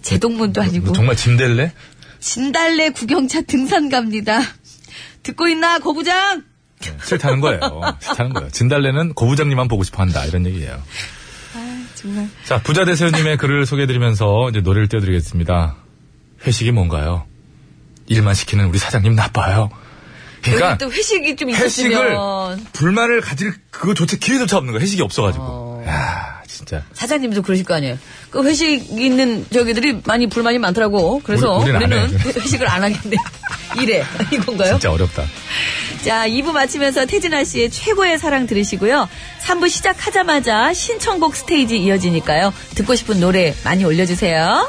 제 뭐, 동문도 아니고. 정말 짐댈래? 진달래 구경차 등산 갑니다. 듣고 있나, 고부장? 네, 싫다는 거예요. 싫다는 거예요. 진달래는 고부장님만 보고 싶어 한다. 이런 얘기예요. 정말. 자, 부자 대세우님의 글을 소개해드리면서 이제 노래를 띄워드리겠습니다. 회식이 뭔가요? 일만 시키는 우리 사장님 나빠요. 그러니까 여기 또 회식이 좀 회식을 있으면 불만을 가질 그거조차 기회조차 없는 거야. 회식이 없어가지고. 야 진짜. 사장님도 그러실 거 아니에요. 그 회식 있는 저기들이 많이 불만이 많더라고. 그래서 우리- 우리는 안 우리는 해요. 회식을 안 하겠네. 이래 이건가요? 진짜 어렵다. 자, 2부 마치면서 태진아 씨의 최고의 사랑 들으시고요. 3부 시작하자마자 신청곡 스테이지 이어지니까요. 듣고 싶은 노래 많이 올려주세요.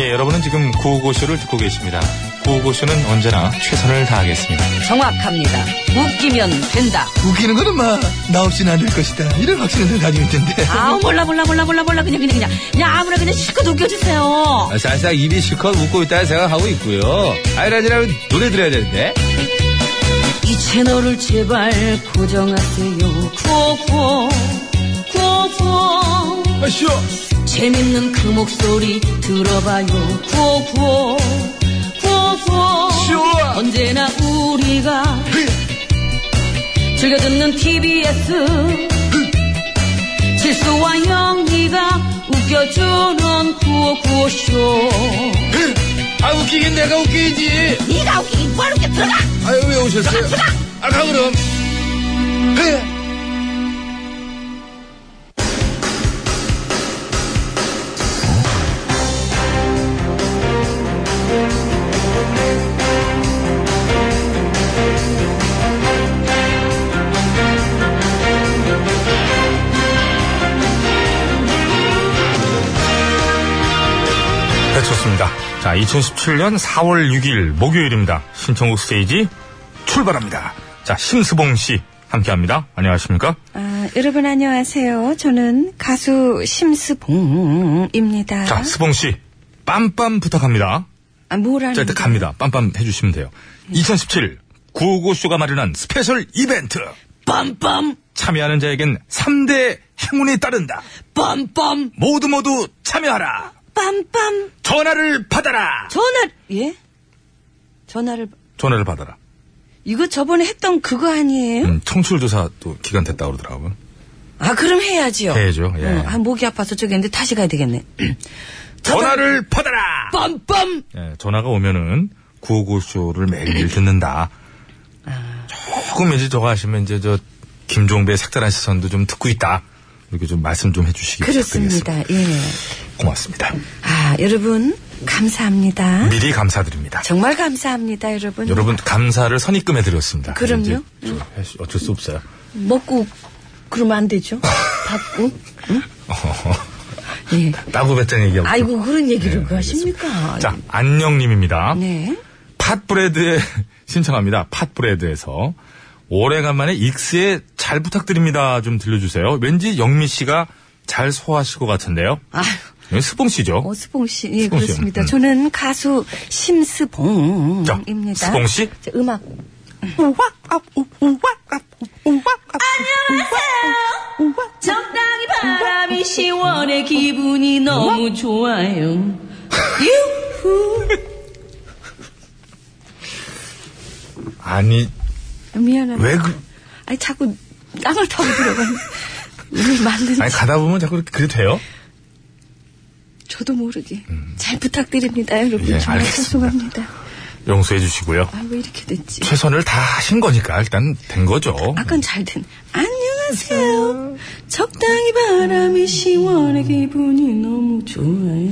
예, 여러분은 지금 구호고쇼를 듣고 계십니다. 구호고쇼는 언제나 최선을 다하겠습니다. 정확합니다. 웃기면 된다. 웃기는 거는 막 나 없이는 안 될 것이다. 이런 확신을 늘 가지고 있던데. 아 몰라 몰라 몰라 몰라 몰라 그냥 그냥 그냥 그냥 아무나 그냥 실컷 웃겨주세요. 아, 사실상 입이 실컷 웃고 있다는 생각하고 있고요. 아이라지라면 노래 들어야 되는데. 이 채널을 제발 고정하세요. 구호구호 구호구호 아, 쉬어. 재밌는 그 목소리 들어봐요. 구호구호 구호구호 쉬어. 언제나 우리가 즐겨 듣는 TBS 실수와 영리가 웃겨주는 구호구호쇼 아, 웃기긴 내가 웃기지. 네가 웃기긴 뭘 웃겨 들어가. 아유, 왜 오셨어요? 아, 가, 그럼. 네, 좋습니다. 자, 2017년 4월 6일 목요일입니다. 신청곡 스테이지 출발합니다. 자, 심수봉 씨 함께합니다. 안녕하십니까? 아, 여러분 안녕하세요. 저는 가수 심스봉입니다. 자, 수봉 씨 빰빰 부탁합니다. 아, 뭐라는 네. 자, 일단 갑니다. 빰빰 해주시면 돼요. 2017 구호고쇼가 마련한 스페셜 이벤트. 빰빰 참여하는 자에겐 3대 행운이 따른다. 빰빰 모두 모두 참여하라. 빰빰 전화를 받아라. 전화 예? 전화를 전화를 받아라. 이거 저번에 했던 그거 아니에요? 음, 청출 조사 또 기간 됐다 고 그러더라고요. 아 그럼 해야지요. 해야죠, 예. 어, 아 목이 아파서 저기 했는데 다시 가야 되겠네. 전화를 받아라. 빰빰 예, 전화가 오면은 구호고쇼를 매일매일 듣는다. 조금 이제 저거 하시면 이제 저 김종배의 색다른 시선도 좀 듣고 있다. 이렇게 좀 말씀 좀 해주시기 부탁드리겠습니다. 그렇습니다. 예. 고맙습니다. 음. 아 여러분 감사합니다. 미리 감사드립니다. 정말 감사합니다, 여러분. 여러분 감사를 선입금해 드렸습니다. 그럼요. 이제 저 할 수- 어쩔 수 없어요. 먹고 그러면 안 되죠. 받고. 예. 따고 뱉은 얘기하고. 아이고 그런 얘기를 네, 그 하십니까? 자 안녕님입니다. 네. 팥브레드에 신청합니다. 팥브레드에서 오래간만에 익스에 잘 부탁드립니다. 좀 들려주세요. 왠지 영미 씨가 잘 소화하실 것 같은데요. 네, 스봉 씨죠. 어, 스봉 씨, 예, 스봉 씨, 그렇습니다. 음. 저는 가수 심스봉입니다. 자, 스봉 씨. 자, 음악. 적당히 바람이 시원해 기분이 너무 뭐? 좋아요. 아니 미안합니다. 왜 그, 아니, 자꾸 땅을 타고 들어가는. 왜 맞는지 아니 가다 보면 자꾸 이렇게 그래 돼요? 저도 모르게. 잘 부탁드립니다, 여러분. 예, 정말 알겠습니다. 죄송합니다. 용서해 주시고요. 아, 왜 이렇게 됐지? 최선을 다 하신 거니까 일단 된 거죠. 아깐 그- 잘 된. 안녕하세요. 적당히 바람이 시원해 기분이 너무 좋아요.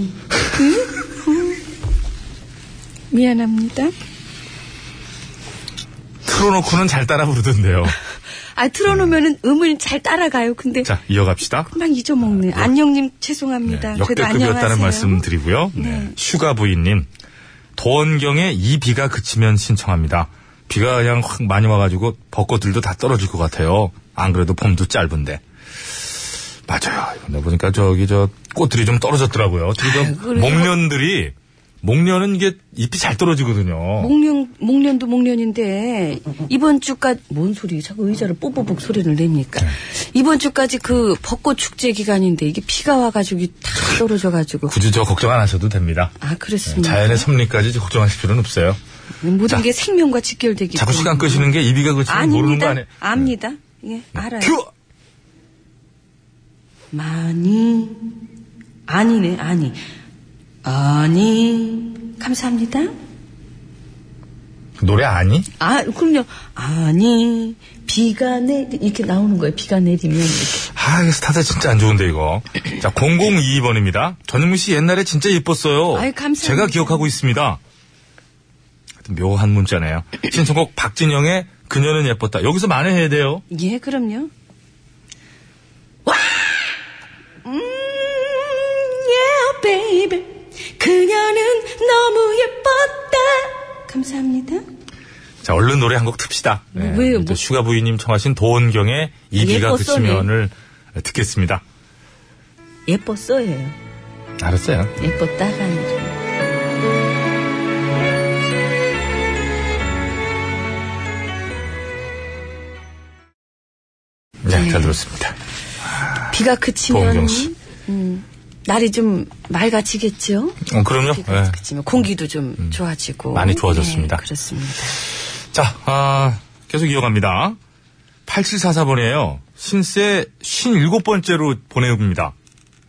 미안합니다. 틀어놓고는 잘 따라 부르던데요. 아 틀어놓으면은 음을 잘 따라가요. 근데 자 이어갑니다. 금방 잊어먹네. 안녕님 죄송합니다. 아, 네, 그래도 역대급이었다는 안녕하세요. 말씀 드리고요. 네, 슈가 부인님. 도원경의 이 비가 그치면 신청합니다. 비가 그냥 확 많이 와가지고 벚꽃들도 다 떨어질 것 같아요. 안 그래도 봄도 짧은데. 맞아요. 근데 보니까 저기 저 꽃들이 좀 떨어졌더라고요. 저기 저 목련들이 목련은 이게 잎이 잘 떨어지거든요. 목련, 목련도 목련인데, 이번 주까지, 뭔 소리, 자꾸 의자를 뽀뽀뽀 소리를 냅니까? 네. 이번 주까지 그 벚꽃 축제 기간인데, 이게 비가 와가지고 이게 다 떨어져가지고. 굳이 저 걱정 안 하셔도 됩니다. 아, 그렇습니다. 자연의 섭리까지 걱정하실 필요는 없어요. 모든 게 생명과 직결되기 자꾸 시간 때문에. 끄시는 게 이비가 그치면 모르는 거 아닙니다. 아니에요? 네. 압니다. 예, 알아요. 큐! 많이 아니네 아니 아니 감사합니다 노래 아니? 아 그럼요 아니 비가 내 이렇게 나오는 거예요 비가 내리면 이렇게. 아, 이거 스타트 진짜 안 좋은데, 이거. 자, 0022번입니다. 전현무 씨 옛날에 진짜 예뻤어요. 아이, 감사합니다. 제가 기억하고 있습니다. 하여튼 묘한 문자네요. 신청곡 박진영의 그녀는 예뻤다. 여기서 만회해야 돼요. 예 그럼요 음, 와음예 베이비 그녀는 너무 예뻤다 감사합니다 자, 얼른 노래 한 곡 틉시다. 네, 왜요? 또 뭐- 슈가 부인님 청하신 도원경의 이비가 예뻤어, 그치면을 듣겠습니다. 예뻤어예요. 알았어요. 예뻤다가 아니라. 네, 잘 들었습니다. 비가 도원경 그치면 씨. 음, 날이 좀 맑아지겠죠? 어, 그럼요. 비가 예. 그치면 공기도 좀 좋아지고 음. 많이 좋아졌습니다. 네, 그렇습니다. 자, 아, 계속 이어갑니다. 8744번이에요. 신세 57번째로 보내옵니다.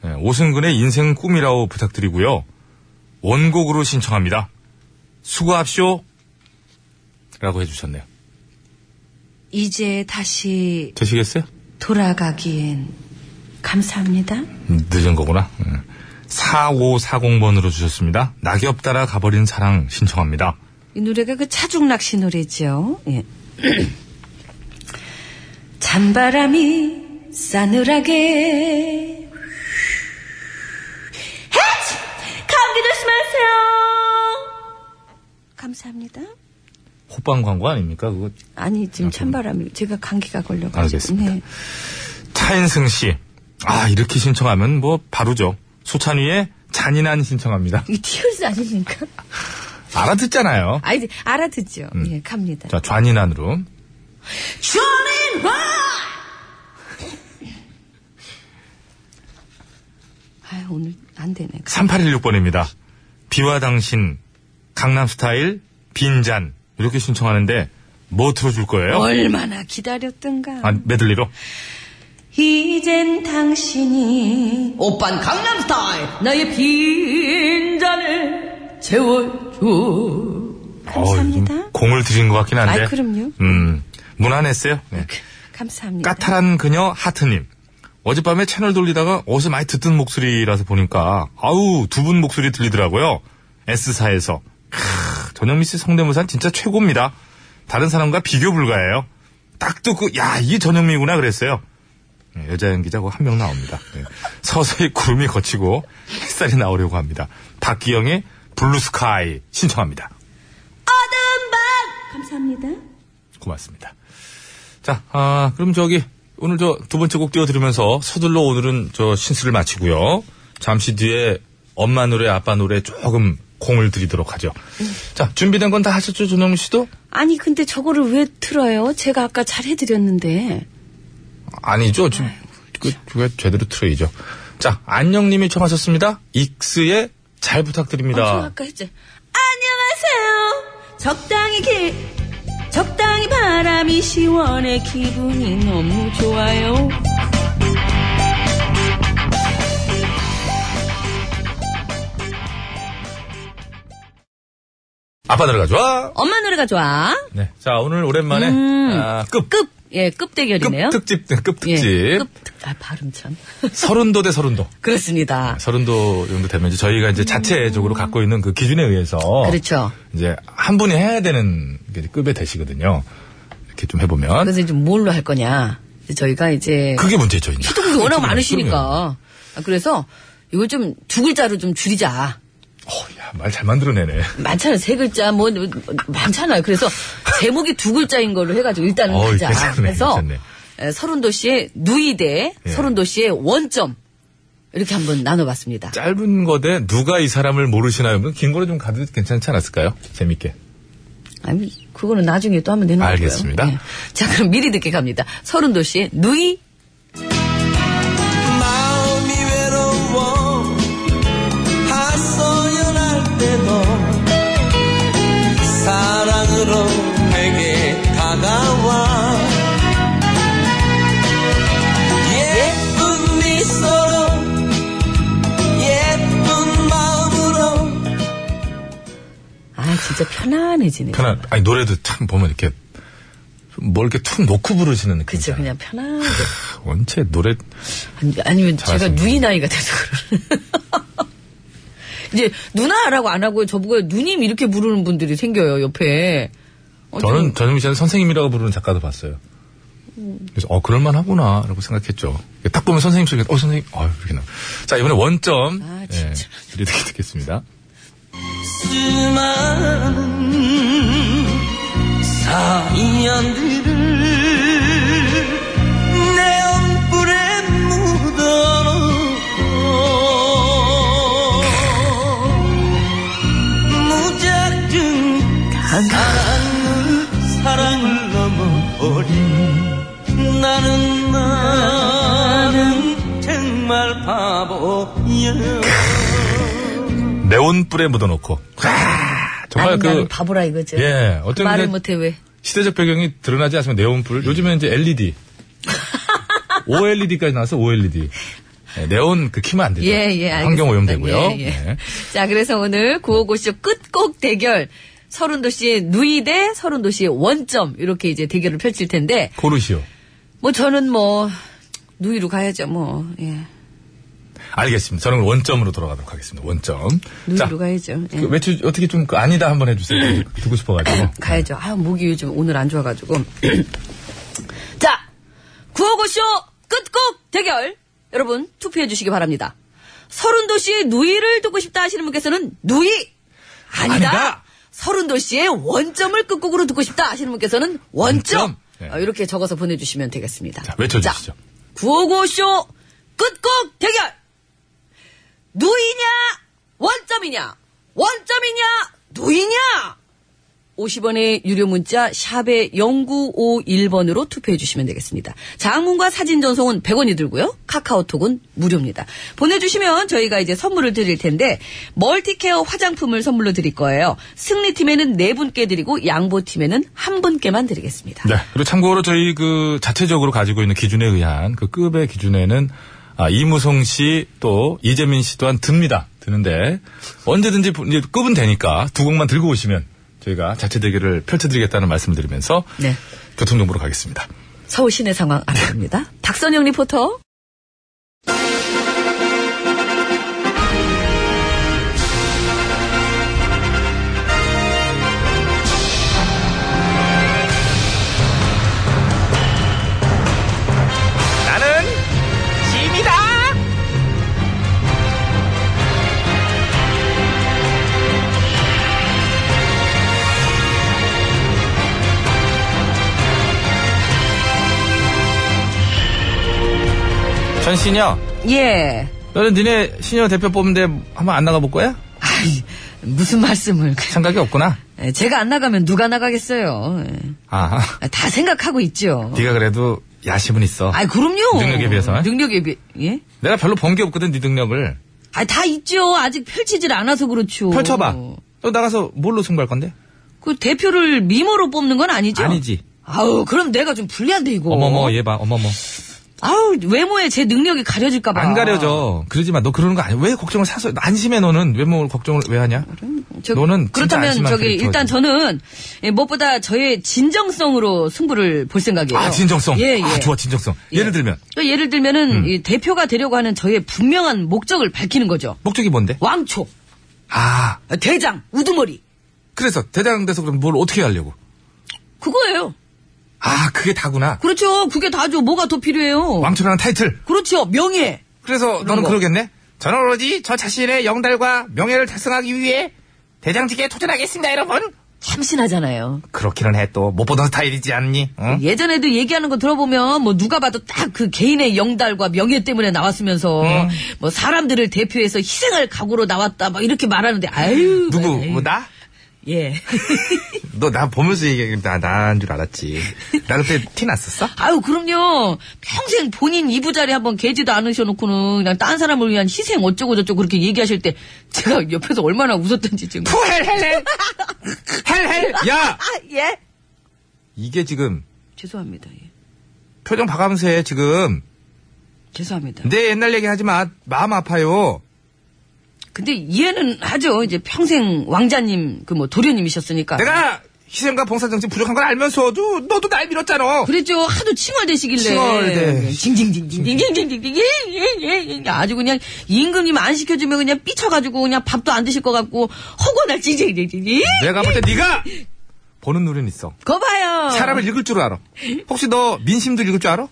예, 오승근의 인생 꿈이라고 부탁드리고요. 원곡으로 신청합니다. 수고합쇼. 라고 해주셨네요. 이제 다시 되시겠어요? 돌아가기엔 감사합니다. 음, 늦은 거구나. 4540번으로 주셨습니다. 낙엽 따라 가버린 사랑 신청합니다. 이 노래가 그 차중 낚시 노래죠. 예. 찬바람이 싸늘하게 헤치! 감기 조심하세요. 감사합니다. 호빵 광고 아닙니까? 그거 아니 지금 찬바람이 제가 감기가 걸려가지고 알겠습니다. 네. 차인승 씨. 아, 이렇게 신청하면 뭐 바로죠. 소찬위의 잔인한 신청합니다. 이게 티얼스 아닙니까? 알아듣잖아요. 아 이제 알아듣죠. 음. 예, 갑니다. 자, 좌니난으로. 아 오늘 안 되네. 3816번입니다. 비와 당신, 강남 스타일, 빈잔. 이렇게 신청하는데, 뭐 틀어줄 거예요? 얼마나 기다렸던가. 아, 메들리로? 이젠 당신이 오빤 강남스타일 나의 빈잔을 채워줘 감사합니다. 어, 요즘 공을 들인 것 같긴 한데. 아이, 그럼요. 음, 무난했어요. 네. 감사합니다. 까탈한 그녀 하트님. 어젯밤에 채널 돌리다가 어디서 많이 듣던 목소리라서 보니까 아우 두 분 목소리 들리더라고요. S사에서. 크, 전현미 씨 성대모사는 진짜 최고입니다. 다른 사람과 비교 불가해요. 딱 듣고 야 이게 전현미구나 그랬어요. 예, 여자 연기자고 한 명 나옵니다. 예. 서서히 구름이 걷히고 햇살이 나오려고 합니다. 박기영의 블루스카이 신청합니다. 감사합니다. 고맙습니다. 자, 아, 그럼 저기 오늘 저 두 번째 곡 띄워드리면서 서둘러 오늘은 저 신스를 마치고요. 잠시 뒤에 엄마 노래, 아빠 노래 조금 공을 들이도록 하죠. 자, 준비된 건 다 하셨죠, 전영미 씨도? 아니 근데 저거를 왜 틀어요? 제가 아까 잘 해드렸는데 아니죠. 지금 네. 그, 그게 제대로 틀어이죠. 자, 안녕님이 청하셨습니다. 익스의 잘 아, 저 부탁드립니다. 아까 했죠. 안녕하세요. 적당히 기 적당히 바람이 시원해 기분이 너무 좋아요. 아빠 노래가 좋아. 엄마 노래가 좋아. 네. 자, 오늘 오랜만에 음. 아, 끝. 끝. 예, 끝 대결이네요. 끝 특집, 끝 예, 특집. 끝 특- 아, 발음 참. 서른도 대 서른도. 그렇습니다. 서른도 정도 되면 이제 저희가 이제 자체적으로 갖고 있는 그 기준에 의해서 음. 그렇죠. 이제 한 분이 해야 되는 게 이제 급에 되시거든요. 이렇게 좀 해보면 그래서 이제 뭘로 할 거냐. 이제 저희가 이제 그게 문제죠. 이제. 피도국이 워낙 그러면, 그러면. 많으시니까. 아, 그래서 이걸 좀 두 글자로 좀 줄이자. 어, 야말 잘 만들어내네. 많잖아요. 세 글자, 뭐, 뭐, 많잖아요. 그래서 제목이 두 글자인 걸로 해가지고 일단은 어이, 하자. 괜찮네, 그래서 괜찮네. 에, 서른도 씨의 누이대, 예. 서른도 씨의 원점. 이렇게 한번 나눠봤습니다. 짧은 거대 누가 이 사람을 모르시나요? 뭐긴 거로 좀 가도 괜찮지 않았을까요? 재밌게. 아니, 그거는 나중에 또 하면 되는 거고요. 알겠습니다. 네. 자, 그럼 미리 듣게 갑니다. 서른도시의 누이 마음이 외로워 하소연할 때도 사랑으로 내게 다가와 예쁜 미소로 예쁜 마음으로 아, 진짜 편안해지네요. 편한 아니 노래도 참 보면 이렇게 뭘 이렇게 툭 놓고 부르시는 느낌. 그죠, 그냥 편안하게. 원체 노래 아니, 아니면 제가 잘하십니다. 누이 나이가 돼서 그러는. 이제 누나라고 안 하고 저보고 누님 이렇게 부르는 분들이 생겨요, 옆에. 어, 저는 전현미 씨는 선생님이라고 부르는 작가도 봤어요. 그래서 어 그럴만 하구나라고 생각했죠. 딱 보면 선생님 소리가 어 선생님 어 이렇게 나. 자 이번에 원점 아, 예, 진짜. 드리 듣겠습니다. 수많은 사연들을 내 언불에 묻어놓고 무작정 사랑을 사랑을 넘어버린 나는 나는 정말 바보야 네온 뿔에 묻어놓고. 아, 정말 나는, 그 나는 바보라 이거죠. 예, 어쩜 말을 음. 이렇게 못해 왜. 시대적 배경이 드러나지 않으면 네온불. 요즘에 이제 LED. OLED까지 나와서 OLED. 네, 네온 그 키면 안 되죠. 예, 예, 알겠습니다. 환경 오염되고요. 예, 예. 네. 자, 그래서 오늘 구호고쇼 끝곡 대결. 서른도시의 누이 대 서른도시의 원점. 이렇게 이제 대결을 펼칠 텐데. 고르시오. 뭐 저는 뭐, 누이로 가야죠, 뭐. 예. 알겠습니다. 저는 원점으로 돌아가도록 하겠습니다. 원점. 자, 누이로 가야죠. 예. 그 외출 어떻게 좀그 아니다 한번 해주세요. 듣고 싶어가지고. 네. 가야죠. 아, 목이 요즘 오늘 안 좋아가지고. 자, 구호고쇼 끝곡 대결. 여러분, 투표해주시기 바랍니다. 서른도시의 누이를 듣고 싶다 하시는 분께서는 누이! 아니다! 아니다. 서른도시의 원점을 끝곡으로 듣고 싶다 하시는 분께서는 원점! 원점. 네. 어, 이렇게 적어서 보내주시면 되겠습니다. 자, 외쳐주시죠. 구호고쇼 끝곡 대결! 누이냐? 원점이냐? 원점이냐? 누이냐? 50원의 유료 문자 샵에 0951번으로 투표해 주시면 되겠습니다. 장문과 사진 전송은 100원이 들고요. 카카오톡은 무료입니다. 보내주시면 저희가 이제 선물을 드릴 텐데 멀티케어 화장품을 선물로 드릴 거예요. 승리팀에는 4분께 드리고 양보팀에는 1분께만 드리겠습니다. 네. 그리고 참고로 저희 그 자체적으로 가지고 있는 기준에 의한 그 급의 기준에는 아, 이무송 씨 또 이재민 씨 또한 듭니다. 드는데 언제든지 부- 이제 급은 되니까 두 곡만 들고 오시면 저희가 자체 대결을 펼쳐드리겠다는 말씀드리면서 네. 교통정보로 가겠습니다. 서울 시내 상황 알아봅니다. 박선영 리포터. 나는 짐이다. 전 시녀, 예. 너는 니네 시녀 대표 뽑는데 한번 안 나가볼 거야? 아이, 무슨 말씀을. 생각이 없구나. 에, 예, 제가 안 나가면 누가 나가겠어요. 아, 에, 다 생각하고 있죠. 네가 그래도 야심은 있어. 아이, 그럼요. 능력에 비해서. 능력에 비해, 예? 내가 별로 본 게 없거든, 네 능력을. 아, 다 있죠. 아직 펼치질 않아서 그렇죠. 펼쳐봐. 너 나가서 뭘로 승부할 건데? 그 대표를 미모로 뽑는 건 아니죠? 아니지. 아우, 그럼 내가 좀 불리한데, 이거. 어머머, 예. 얘 봐, 어머머. 아우, 외모에 제 능력이 가려질까봐. 안 가려져. 그러지 마. 너 그러는 거 아니야. 왜 걱정을 사서 안심해 너는 외모 걱정을 왜 하냐? 저- 너는 진짜 그렇다면 안심한 저기 캐릭터지. 일단 저는 예, 무엇보다 저의 진정성으로 승부를 볼 생각이에요. 아 진정성. 예, 예. 아 음. 좋아 진정성. 예. 예를 들면 또 예를 들면은 이 대표가 되려고 하는 저의 분명한 목적을 밝히는 거죠. 목적이 뭔데? 왕초, 아 대장, 우두머리 그래서 대장 돼서 그럼 뭘 어떻게 하려고? 그거예요. 아 그게 다구나. 그렇죠. 그게 다죠. 뭐가 더 필요해요? 왕초라는 타이틀. 그렇죠. 명예. 그래서 그런 너는 거. 그러겠네. 저는 오로지 저 자신의 영달과 명예를 달성하기 위해 대장직에 도전하겠습니다, 여러분. 참신하잖아요. 그렇기는 해 또 못 보던 스타일이지 않니? 응? 예전에도 얘기하는 거 들어보면 뭐 누가 봐도 딱 그 개인의 영달과 명예 때문에 나왔으면서 음. 뭐 사람들을 대표해서 희생할 각오로 나왔다 막 이렇게 말하는데 아유 누구? 에이, 뭐 나? 예 너 나 보면서 얘기해. 나, 나인 줄 알았지. 나 그때 티 났었어? 아유 그럼요 평생 본인 이부자리 한번 개지도 않으셔놓고는 그냥 딴 사람을 위한 희생 어쩌고 저쩌고 그렇게 얘기하실 때 제가 옆에서 얼마나 웃었던지 지금 헬헬헬! 헬헬! 야! 아예 이게 지금 죄송합니다 예. 표정 봐가면서 해, 지금. 죄송합니다 내 옛날 얘기 하지 마. 마음 아파요. 근데 이해는 하죠 이제 평생 왕자님 그 뭐 도련님이셨으니까 내가 희생과 봉사정신 부족한 걸 알면서도 너도 날 밀었잖아. 그랬죠. 하도 칭얼대시길래. 네. 칭얼대. 네. 징징징징징징징징징징. 아주 그냥 임금님 안 시켜주면 그냥 삐쳐가지고 그냥 밥도 안 드실 것 같고 허고날 징징징징. 내가 볼 때 네가 보는 눈은 있어. 거 봐요. 사람을 읽을 줄 알아. 혹시 너 민심도 읽을 줄 알아?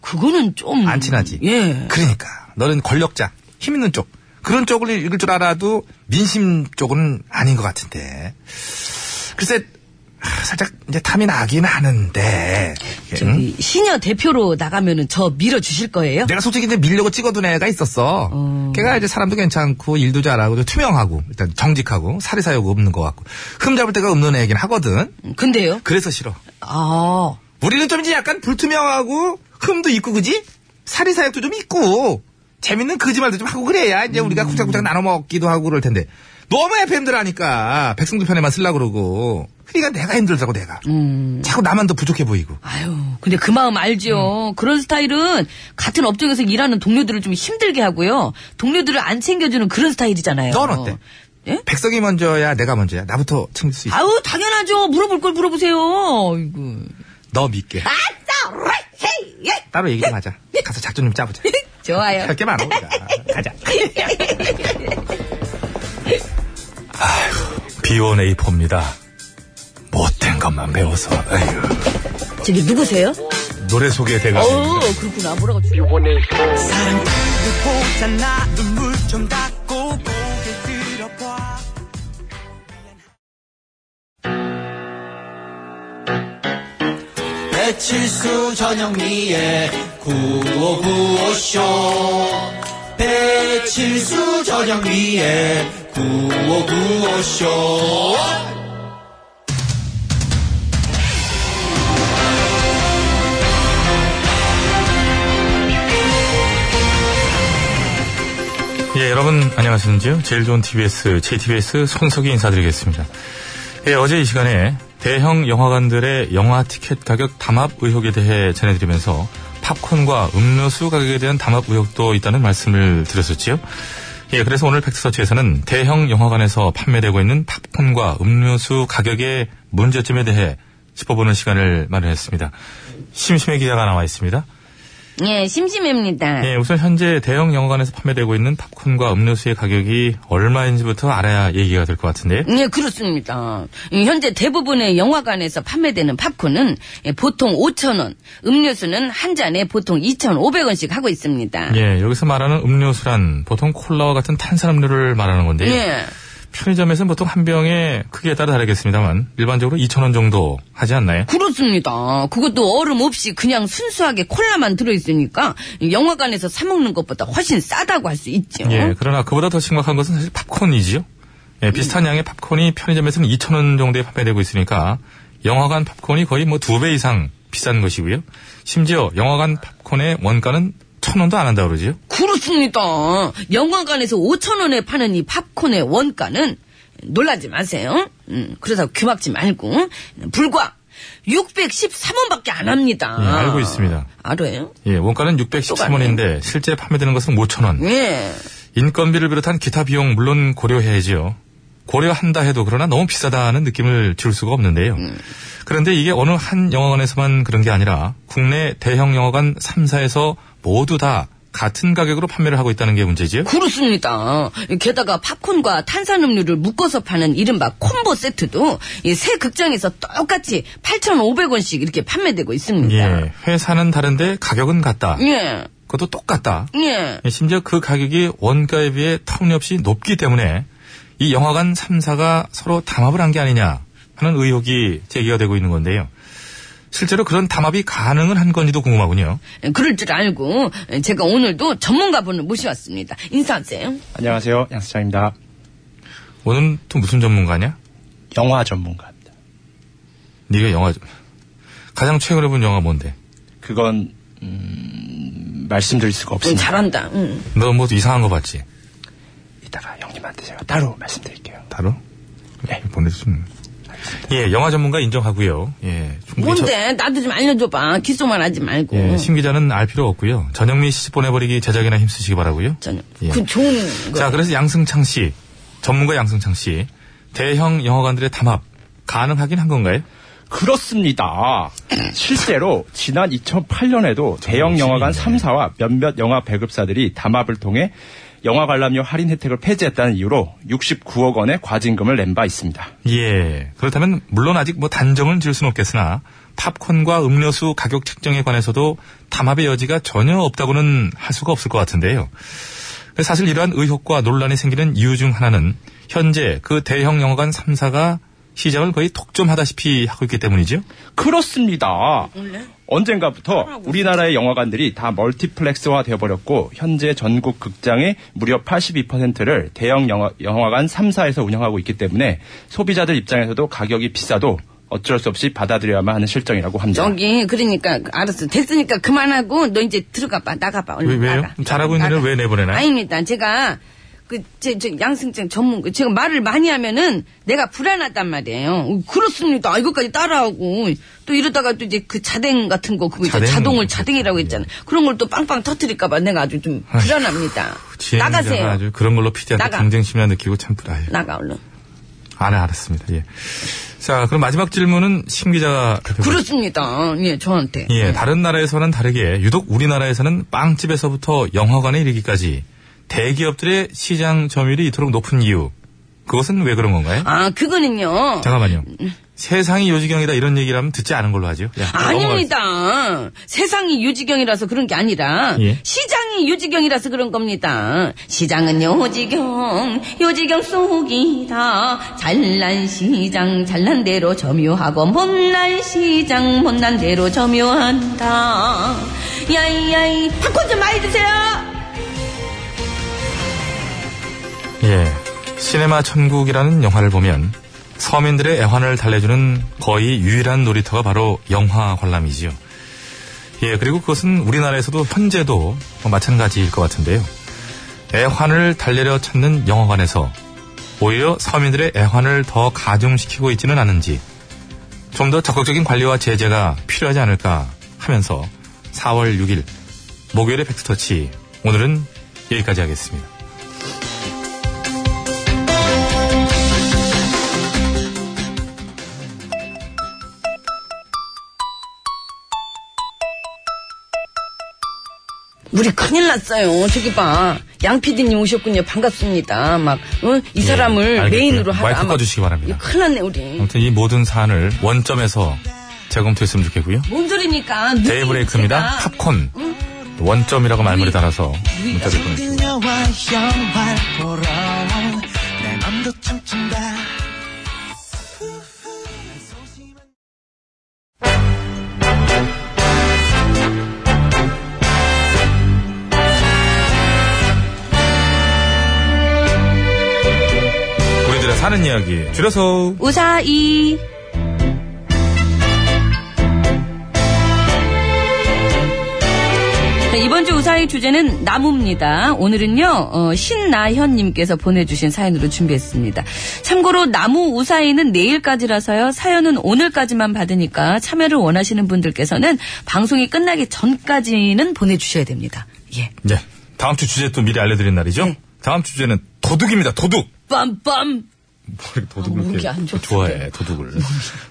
그거는 좀. 안 친하지. 예. 그러니까 너는 권력자, 힘 있는 쪽 그런 쪽을 읽을 줄 알아도 민심 쪽은 아닌 것 같은데. 글쎄 아, 살짝 이제 탐이 나긴 하는데. 예, 응? 저기 시녀 대표로 나가면은 저 밀어주실 거예요? 내가 솔직히 이제 밀려고 찍어둔 애가 있었어. 걔가 이제 사람도 괜찮고 일도 잘하고 또 투명하고 일단 정직하고 사리사욕 없는 것 같고 흠 잡을 데가 없는 애긴 하거든. 근데요? 그래서 싫어. 아. 우리는 좀 이제 약간 불투명하고 흠도 있고 그지? 사리사욕도 좀 있고 재밌는 거짓말도 좀 하고 그래야 이제 우리가 구작구작 나눠 먹기도 하고 그럴 텐데 너무 FM들 하니까 백성들 편에만 쓰려고 그러고 그러니까 내가 힘들다고 내가 자꾸 나만 더 부족해 보이고 아유, 근데 그 마음 알죠. 그런 스타일은 같은 업종에서 일하는 동료들을 좀 힘들게 하고요. 동료들을 안 챙겨주는 그런 스타일이잖아요. 넌 어때? 예? 백성이 먼저야 내가 먼저야 나부터 챙길 수 있어 아우 당연하죠. 물어볼 걸 물어보세요. 아이고. 너 믿게 아싸! 라이! 헤이! 예! 따로 얘기 좀 하자 가서 작전 좀 짜보자 좋아요. 할게 많아 우리가 가자 B1A4입니다. 못된 것만 배워서. 아유. 저기 누구세요? 노래 소개 대가. 어 그렇구나. 뭐라고 주 배칠수 전영미의 구호구호쇼 배칠수 전영미의 구호구호쇼 예, 여러분 안녕하시는지요? 제일 좋은 TBS, JTBS 손석희 인사드리겠습니다. 예, 어제 이 시간에 대형 영화관들의 영화 티켓 가격 담합 의혹에 대해 전해드리면서 팝콘과 음료수 가격에 대한 담합 의혹도 있다는 말씀을 드렸었지요. 예, 그래서 오늘 팩트서치에서는 대형 영화관에서 판매되고 있는 팝콘과 음료수 가격의 문제점에 대해 짚어보는 시간을 마련했습니다. 심심해 기자가 나와 있습니다. 예, 심심합니다. 예, 우선 현재 대형 영화관에서 판매되고 있는 팝콘과 음료수의 가격이 얼마인지부터 알아야 얘기가 될 것 같은데. 예, 그렇습니다. 이 현재 대부분의 영화관에서 판매되는 팝콘은 예, 보통 5,000원, 음료수는 한 잔에 보통 2,500원씩 하고 있습니다. 예, 여기서 말하는 음료수란 보통 콜라와 같은 탄산음료를 말하는 건데. 예. 편의점에서는 보통 한 병에 크기에 따라 다르겠습니다만 일반적으로 2,000원 정도 하지 않나요? 그렇습니다. 그것도 얼음 없이 그냥 순수하게 콜라만 들어있으니까 이 영화관에서 사먹는 것보다 훨씬 싸다고 할 수 있죠. 예, 그러나 그보다 더 심각한 것은 사실 팝콘이지요. 예, 비슷한 양의 팝콘이 편의점에서는 2,000원 정도에 판매되고 있으니까 영화관 팝콘이 거의 뭐 두 배 이상 비싼 것이고요. 심지어 영화관 팝콘의 원가는 1,000원도 안 한다 그러지요. 그렇습니다. 영화관에서 5천원에 파는 이 팝콘의 원가는 놀라지 마세요. 음, 그래서 귀막지 말고 불과 613원밖에 안 합니다. 예, 알고 있습니다. 알아요? 예, 원가는 613원인데 실제 판매되는 것은 5,000원. 예. 인건비를 비롯한 기타 비용 물론 고려해야지요. 고려한다 해도 그러나 너무 비싸다는 느낌을 지울 수가 없는데요. 음. 그런데 이게 어느 한 영화관에서만 그런 게 아니라 국내 대형 영화관 3사에서 모두 다 같은 가격으로 판매를 하고 있다는 게 문제지요. 그렇습니다. 게다가 팝콘과 탄산음료를 묶어서 파는 이른바 콤보 세트도 이새 극장에서 똑같이 8,500원씩 이렇게 판매되고 있습니다. 예, 회사는 다른데 가격은 같다. 예. 그것도 똑같다. 예. 심지어 그 가격이 원가에 비해 터무니없이 높기 때문에 이 영화관 3사가 서로 담합을 한 게 아니냐 하는 의혹이 제기가 되고 있는 건데요. 실제로 그런 담합이 가능은 한 건지도 궁금하군요. 그럴 줄 알고 제가 오늘도 전문가분을 모셔왔습니다. 인사하세요. 안녕하세요. 양수장입니다. 오늘 또 무슨 전문가냐? 영화 전문가입니다. 네가 영화 좀- 가장 최근에 본 영화 뭔데? 그건 음, 말씀드릴 음, 수가 없습니다. 잘한다. 음. 너 뭐 이상한 거 봤지? 이따가 형님한테 제가 따로 말씀드릴게요. 바로? 네. 보내주시면. 예, 영화 전문가 인정하고요. 예, 충분히 저- 뭔데? 나도 좀 알려줘봐. 기소만 하지 말고. 예, 심 기자는 알 필요 없고요. 전영미 씨 보내버리기 제작이나 힘쓰시기 바라고요. 저는 예. 그 좋은 거. 자, 그래서 양승창 씨, 전문가 양승창 씨, 대형 영화관들의 담합 가능하긴 한 건가요? 그렇습니다. 실제로 지난 2008년에도 대형 영화관 3사와 몇몇 영화 배급사들이 담합을 통해 영화 관람료 할인 혜택을 폐지했다는 이유로 69억 원의 과징금을 낸 바 있습니다. 예. 그렇다면 물론 아직 뭐 단정을 지을 수는 없겠으나 팝콘과 음료수 가격 책정에 관해서도 담합의 여지가 전혀 없다고는 할 수가 없을 것 같은데요. 사실 이러한 의혹과 논란이 생기는 이유 중 하나는 현재 그 대형 영화관 3사가 시장을 거의 독점하다시피 하고 있기 때문이죠. 그렇습니다. 언젠가부터 우리나라의 영화관들이 다 멀티플렉스화 되어버렸고 현재 전국 극장의 무려 82%를 대형 영화, 영화관 3사에서 운영하고 있기 때문에 소비자들 입장에서도 가격이 비싸도 어쩔 수 없이 받아들여야만 하는 실정이라고 네. 합니다. 저기 그러니까 알았어 됐으니까 그만하고 너 이제 들어가봐 나가봐 얼른 왜- 왜요? 나가. 잘하고 있는 나가. 일을 왜 내보내나요? 아닙니다 제가 그제저 양승장 전문가 제가 말을 많이 하면은 내가 불안하단 말이에요 어, 그렇습니다 이것까지 따라하고 또 이러다가 또 이제 그 자댕 같은 거 그거 이제 자댕. 자동을 자댕이라고 했잖아요 그런 걸 또 빵빵 터트릴까봐 내가 아주 좀 불안합니다 지혜는 나가세요 자가 아주 그런 걸로 피디한테 나가. 경쟁심이나 느끼고 참 불안해요. 나가 얼른 안 해, 알았습니다. 예. 자, 그럼 마지막 질문은 심 기자가 해보겠습니다. 그렇습니다 예 저한테 예, 다른 나라에서는 다르게 유독 우리나라에서는 빵집에서부터 영화관에 이르기까지 대기업들의 시장 점유율이 이토록 높은 이유. 그것은 왜 그런 건가요? 아 음. 그거는요 잠깐만요. 세상이 요지경이다 이런 얘기를 하면 듣지 않은 걸로 하죠. 야, 넘어가겠습니다. 아닙니다. 세상이 요지경이라서 그런 게 아니라 예. 시장이 요지경이라서 그런 겁니다. 시장은 요지경, 요지경 속이다. 잘난 시장, 잘난 대로 점유하고 못난 시장, 못난 대로 점유한다. 야이야이, 팝콘 좀 많이 드세요. 예. 시네마 천국이라는 영화를 보면 서민들의 애환을 달래주는 거의 유일한 놀이터가 바로 영화 관람이지요. 예, 그리고 그것은 우리나라에서도 현재도 마찬가지일 것 같은데요. 애환을 달래려 찾는 영화관에서 오히려 서민들의 애환을 더 가중시키고 있지는 않은지 좀 더 적극적인 관리와 제재가 필요하지 않을까 하면서 4월 6일 목요일의 팩트터치 오늘은 여기까지 하겠습니다. 우리 큰일 났어요. 저기 봐. 양 PD님 오셨군요. 반갑습니다. 막, 어? 이 예, 사람을 알겠고요. 메인으로 하라. 마이크 아마- 꺼주시기 바랍니다. 음. 이거 큰일 났네, 우리. 아무튼 이 모든 사안을 원점에서 재검토했으면 좋겠고요. 뭔 소리니까. 눈이 데이브레이크입니다. 음. 제가- 팝콘. 원점이라고 말문이 달아서 누이. 문자를 보내주세요. 그녀와 영화를 보러 내 맘도 춤춘다 우리들의 사는 이야기 줄여서 우사이. 네, 이번 주 우사의 주제는 나무입니다. 오늘은요, 어, 신나현님께서 보내주신 사연으로 준비했습니다. 참고로 나무 우사이는 내일까지라서요, 사연은 오늘까지만 받으니까 참여를 원하시는 분들께서는 방송이 끝나기 전까지는 보내주셔야 됩니다. 예. 네 다음 주 주제 또 미리 알려드린 날이죠. 네. 다음 주 주제는 도둑입니다. 도둑. 빰빰! 뭐 이렇게 도둑을 아, 목이 이렇게 안 좋던데. 좋아해 도둑을.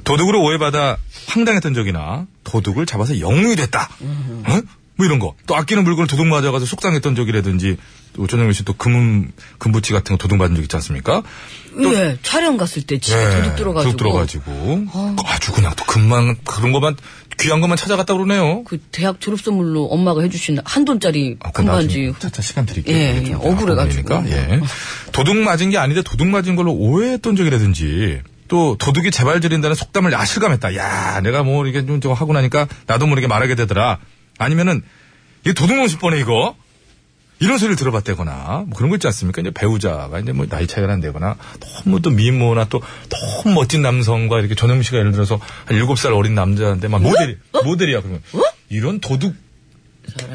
도둑으로 오해받아 황당했던 적이나 도둑을 잡아서 영웅이 됐다. 음. 응? 뭐 이런 거. 또 아끼는 물건을 도둑 맞아가지고 속상했던 적이라든지 또 전영민 씨또 금은 금부치 같은 거 도둑 맞은 적 있지 않습니까? 예, 촬영 갔을 때 집에 예, 도둑 들어가지고. 도둑 들어가지고. 아주 그냥 또 금만 그런 것만 귀한 것만 찾아갔다 그러네요. 그 대학 졸업 선물로 엄마가 해주신 한 돈짜리 아, 금반지. 차차 시간 드릴게요. 예, 이게 좀 억울해가지고. 아까 보니까, 예. 도둑 맞은 게 아닌데 도둑 맞은 걸로 오해했던 적이라든지 또 도둑이 재발질인다는 속담을 야실감했다. 야, 내가 뭐 이게 좀 저거 하고 나니까 나도 모르게 말하게 되더라. 아니면은 이게 도둑 놈십 뻔해 이거. 이런 소리를 들어봤다거나 뭐 그런 거 있지 않습니까? 이제 배우자가 이제 뭐 나이 차이가 난다거나 너무 또 미모나 또 너무 멋진 남성과 이렇게 전영 씨가 예를 들어서 한 7살 어린 남자한테 막 모델이 어? 모델이야 그러면 이런 도둑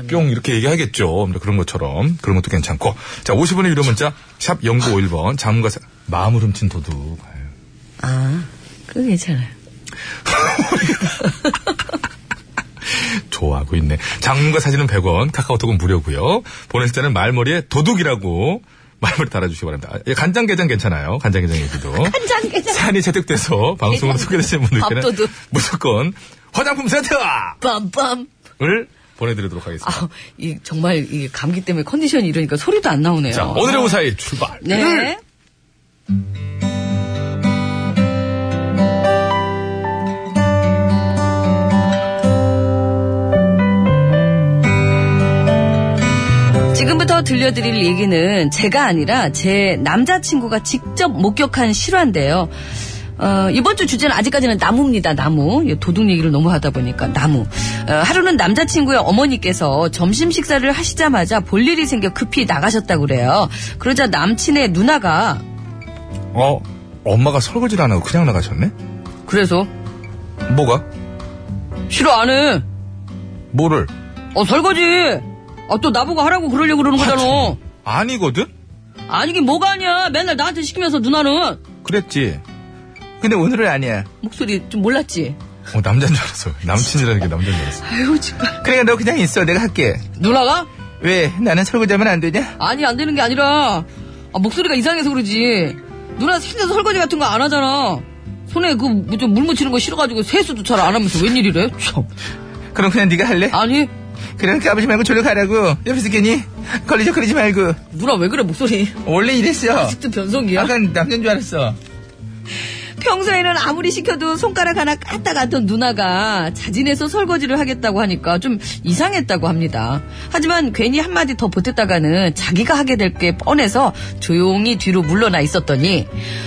뿅 이렇게 얘기하겠죠. 그런 것처럼 그런 것도 괜찮고. 자, 50원의 유료 문자 샵 0951번 장문과 사- 마음을 훔친 도둑. 아유. 아, 그거 괜찮아요. 좋아하고 있네. 장문과 사진은 100원, 카카오톡은 무료고요. 보내실 때는 말머리에 도둑이라고 말머리 달아주시기 바랍니다. 아, 예, 간장게장 괜찮아요. 간장게장 얘기도. 간장게장. 산이 채택돼서 방송으로 소개되신 분들께는 밥도둑. 무조건 화장품 세트를 빰빰. 보내드리도록 하겠습니다. 아, 이 정말 이 감기 때문에 컨디션이 이러니까 소리도 안 나오네요. 자, 오늘의 우사히 출발. 아. 네. 지금부터 들려드릴 얘기는 제가 아니라 제 남자친구가 직접 목격한 실화인데요. 어, 이번 주 주제는 아직까지는 나무입니다, 나무. 이 도둑 얘기를 너무 하다 보니까, 나무. 어, 하루는 남자친구의 어머니께서 점심 식사를 하시자마자 볼 일이 생겨 급히 나가셨다고 그래요. 그러자 남친의 누나가, 어, 엄마가 설거지를 안 하고 그냥 나가셨네? 그래서, 뭐가? 싫어, 안 해. 뭐를? 어, 설거지. 아, 또 나보고 하라고 그러려고 그러는 거잖아. 아니거든? 아니, 이게 뭐가 아니야. 맨날 나한테 시키면서 누나는. 그랬지. 근데 오늘은 아니야. 목소리 좀 몰랐지? 어, 남자인 줄 알았어. 남친이라는 게 남자인 줄 알았어. 아유, 정말. 그러니까 너 그냥 있어. 내가 할게. 누나가? 왜? 나는 설거지하면 안 되냐? 아니, 안 되는 게 아니라, 아, 목소리가 이상해서 그러지. 누나 생겨서 설거지 같은 거 안 하잖아. 손에 그, 뭐 좀 물 묻히는 거 싫어가지고 세수도 잘 안 하면서 웬일이래? 참. 그럼 그냥 네가 할래? 아니, 그냥 까불지 말고 졸려 가라고. 옆에서 괜히 걸리적거리지 말고. 누나 왜 그래, 목소리. 원래 이랬어. 아직도 변성기야? 아까 남자인 줄 알았어. 평소에는 아무리 시켜도 손가락 하나 까딱 안던 누나가 자진해서 설거지를 하겠다고 하니까 좀 이상했다고 합니다. 하지만 괜히 한마디 더 보탰다가는 자기가 하게 될 게 뻔해서 조용히 뒤로 물러나 있었더니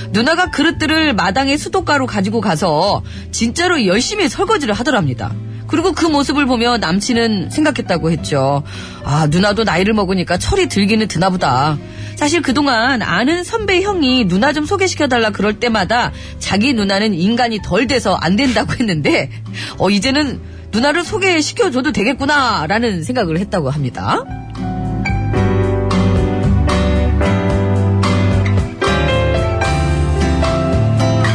누나가 그릇들을 마당에 수도가로 가지고 가서 진짜로 열심히 설거지를 하더랍니다. 그리고 그 모습을 보며 남친은 생각했다고 했죠. 아, 누나도 나이를 먹으니까 철이 들기는 드나 보다. 사실 그동안 아는 선배 형이 누나 좀 소개시켜달라 그럴 때마다 자기 누나는 인간이 덜 돼서 안 된다고 했는데, 어, 이제는 누나를 소개시켜줘도 되겠구나라는 생각을 했다고 합니다.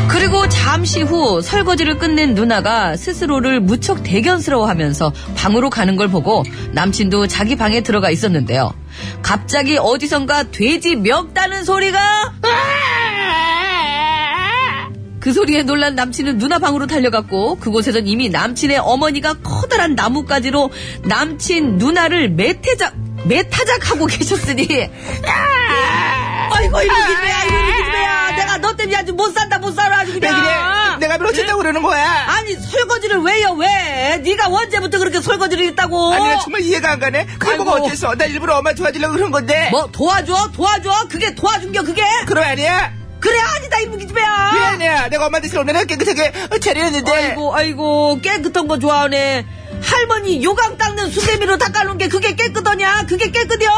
그리고 잠시 후 설거지를 끝낸 누나가 스스로를 무척 대견스러워하면서 방으로 가는 걸 보고 남친도 자기 방에 들어가 있었는데요. 갑자기 어디선가 돼지 멱다는 소리가 그 소리에 놀란 남친은 누나 방으로 달려갔고 그곳에선 이미 남친의 어머니가 커다란 나뭇가지로 남친 누나를 메태작 메타작하고 계셨으니 아이고 이리 기집애야 이리 기집애야 내가 너 때문에 아주 못 산다 못 살아 아주 왜 그냥 그래? 내가 미워친다고 그러는 거야. 아니 설거지를 왜요 왜 네가 언제부터 그렇게 설거지를 했다고 아니, 나 정말 이해가 안 가네. 그게 뭐가 뭐? 아이고. 어땠어? 나 일부러 엄마 도와주려고 그런 건데. 뭐 도와줘 도와줘 그게 도와준 게 그게 그럼 아니야? 그래 아니다 이 무기집애야 왜 아니야? 내가 엄마 대신 오늘 깨끗하게 그 차려했는데. 아이고 아이고 깨끗한 거 좋아하네 할머니 요강 닦는 수세미로 닦아놓은 게 그게 깨끗하냐 그게 깨끗이요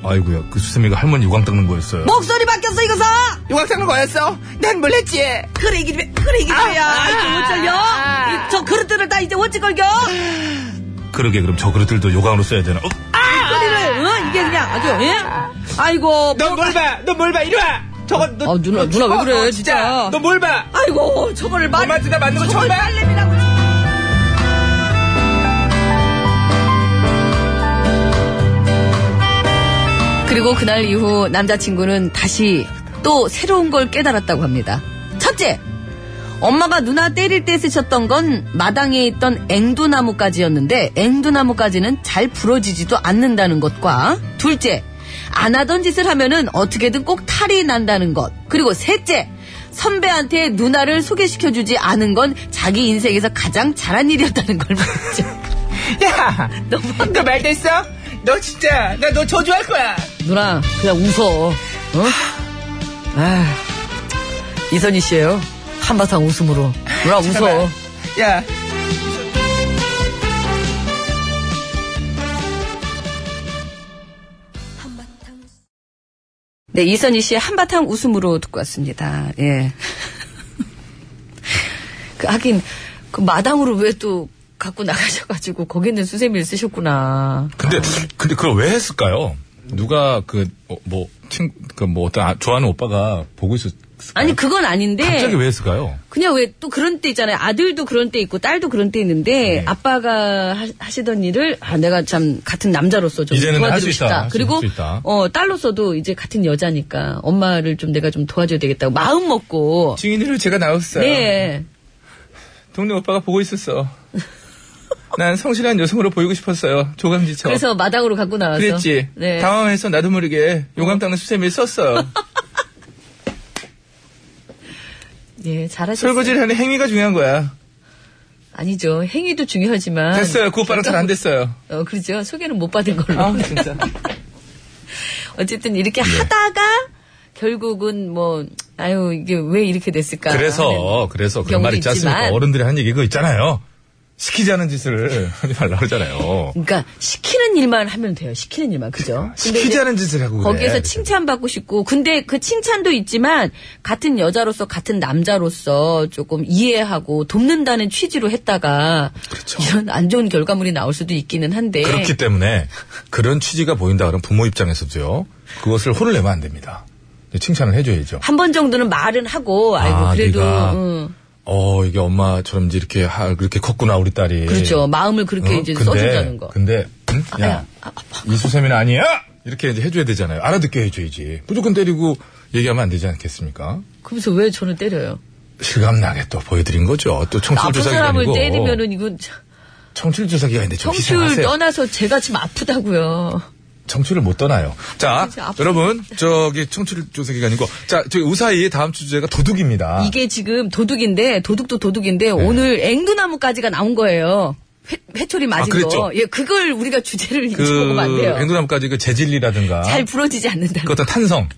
아이고야, 그 수세미가 할머니 유광 닦는 거였어요. 목소리 바뀌었어 이거서 요각 닦는 거였어? 난 몰랐지. 그래 이기집애 그래 이기집애야 아, 아, 이거 어쩔려 아. 이- 저 그릇들을 다 이제 원칙 걸겨 그러게, 그럼 저 그릇들도 요강으로 써야 되나? 어? 그리를 어? 이게 그냥 아주 예? 아이고 넌 뭘 봐? 넌 뭘 봐? 이리 와. 저거 너. 아, 누나, 누나 왜 그래, 너 진짜. 너 뭘 봐? 아이고 저거를 말 엄마 진짜 맞는 거 처음 저걸 봐? 빨래미라고 그리고 그날 이후 남자친구는 다시 또 새로운 걸 깨달았다고 합니다. 첫째, 엄마가 누나 때릴 때 쓰셨던 건 마당에 있던 앵두나무까지였는데 앵두나무까지는 잘 부러지지도 않는다는 것과 둘째, 안 하던 짓을 하면은 어떻게든 꼭 탈이 난다는 것. 그리고 셋째, 선배한테 누나를 소개시켜주지 않은 건 자기 인생에서 가장 잘한 일이었다는 걸 말이죠. 야. 너 말 됐어? 너 진짜 나 너 저주할 거야. 누나 그냥 웃어. 어? 아 이선희 씨예요. 한바탕 웃음으로. 아, 뭐라 웃어. 야. 네, 이선희 씨의 한바탕 웃음으로 듣고 왔습니다. 예. 그, 하긴, 그 마당으로 왜 또 갖고 나가셔가지고 거기 있는 수세미를 쓰셨구나. 근데 근데 그걸 왜 했을까요? 누가 그뭐 친구 그 뭐 어떤 아- 좋아하는 오빠가 보고 있었. 아니, 그건 아닌데. 갑자기 왜 했을까요? 그냥 왜 또 그런 때 있잖아요. 아들도 그런 때 있고 딸도 그런 때 있는데 아빠가 하, 시던 일을 아, 내가 참 같은 남자로서 좀 이제는 할수 도와드리고 있다. 싶다. 할수 그리고 있다. 어 딸로서도 이제 같은 여자니까 엄마를 좀 내가 좀 도와줘야 되겠다고 마음 먹고 증인으로 제가 나왔어요. 네. 동네 오빠가 보고 있었어. 난 성실한 여성으로 보이고 싶었어요. 조감지처. 그래서 마당으로 갖고 나와서 그랬지. 네. 어? 당황해서 나도 모르게 요감 닦는 수세미를 썼어요. 예, 잘하셨어요. 설거지를 하는 행위가 중요한 거야. 아니죠. 행위도 중요하지만 됐어요. 그 오빠랑 잘 안 됐어요. 어, 그러죠. 소개는 못 받은 걸로. 아, 진짜. 어쨌든 이렇게 네. 하다가 결국은 뭐 아유 이게 왜 이렇게 됐을까? 아, 네. 그래서 그래서 그런 그러니까. 경우도 말 있지 않습니까? 있지만. 어른들이 한 얘기 그거 있잖아요. 시키지 않은 짓을 하지 말라 그러잖아요. 그러니까 시키는 일만 하면 돼요. 시키는 일만 그죠? 근데 그러니까 시키지 이제 않은 짓을 하고 그래. 거기에서 칭찬 받고 싶고 근데 그 칭찬도 있지만 같은 여자로서 같은 남자로서 조금 이해하고 돕는다는 취지로 했다가 이런 안 좋은 결과물이 나올 수도 있기는 한데 그렇죠. 그렇기 때문에 그런 취지가 보인다 그러면 부모 입장에서도요. 그것을 혼을 내면 안 됩니다. 칭찬을 해줘야죠. 한 번 정도는 말은 하고 아이고 아, 그래도 네가 응. 어 이게 엄마처럼 이제 이렇게 하, 그렇게 컸구나 우리 딸이. 그렇죠 마음을 그렇게 어? 이제 근데, 써준다는 거 아, 근데 응? 야 야, 이수세미는 아니야. 이렇게 이제 해줘야 되잖아요. 알아듣게 해줘야지. 무조건 때리고 얘기하면 안 되지 않겠습니까? 그러면서 왜 저는 때려요? 실감나게 또 보여드린 거죠. 또 아픈 사람을 청출조사기관이고 때리면은 이건 참- 청출조사기관인데 좀 청출 희생하세요. 떠나서 제가 지금 아프다고요. 청취를 못 떠나요. 자, 진짜 아프다. 여러분, 저기 청취를 조사 기간이고, 자, 저기 우사이의 다음 주 주제가 도둑입니다. 이게 지금 도둑인데 도둑도 도둑인데 네. 오늘 앵두나무까지가 나온 거예요. 회, 회초리 맞은 아, 그랬죠? 거. 예, 그걸 우리가 주제를 그 잊어먹으면 안 돼요. 앵두나무까지 그 재질리라든가, 잘 부러지지 않는다. 그 어떤 탄성,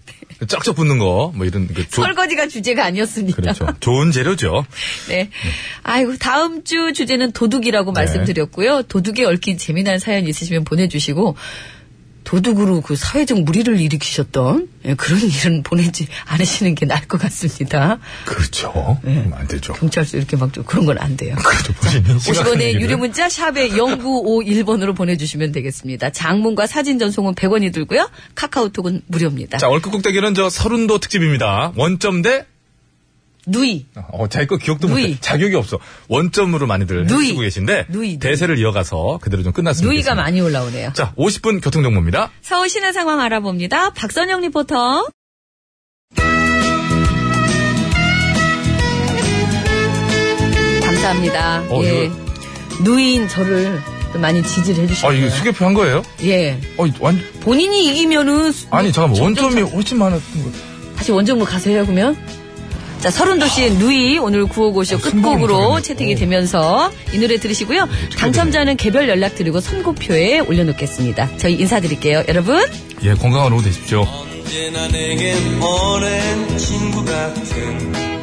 쩍쩍 붙는 거, 뭐 이런 그 조, 네. 설거지가 주제가 아니었습니다. 그렇죠. 좋은 재료죠. 네. 아이고, 다음 주 주제는 도둑이라고 네. 말씀드렸고요. 도둑에 얽힌 재미난 사연 있으시면 보내주시고, 도둑으로 그 사회적 무리를 일으키셨던 예, 그런 일은 보내지 않으시는 게 나을 것 같습니다. 그렇죠. 네. 그럼 안 되죠. 경찰서 이렇게 막 좀 그런 건 안 돼요. 그렇죠. 본인이 50원의 유료 문자 샵에 0951번으로 보내주시면 되겠습니다. 장문과 사진 전송은 100원이 들고요. 카카오톡은 무료입니다. 자, 월급국 대결은 저 서른도 특집입니다. 원점 대, 누이. 어, 자기 거 기억도 못해. 누이. 자격이 없어. 원점으로 많이들 누이. 해주고 계신데, 누이, 누이. 대세를 이어가서 그대로 좀 끝났습니다. 누이가 많이 올라오네요. 자, 50분 교통정보입니다. 서울 시내 상황 알아봅니다. 박선영 리포터. 감사합니다. 어, 예. 누이인 저를 또 많이 지지를 아, 해주셨어요. 이게 수개표 한 거예요? 예. 어, 완, 본인이 이기면은 아니 잠깐만 원점이 훨씬 많았던 거 다시 원정으로 가세요 그러면 자 아. 서른도시의 누이 오늘 구호고쇼 끝곡으로 어. 채택이 되면서 이 노래 들으시고요 당첨자는 개별 연락드리고 선고표에 올려놓겠습니다 저희 인사드릴게요 여러분 예 건강한 오후 되십시오 언제나 내겐 오랜 친구 같은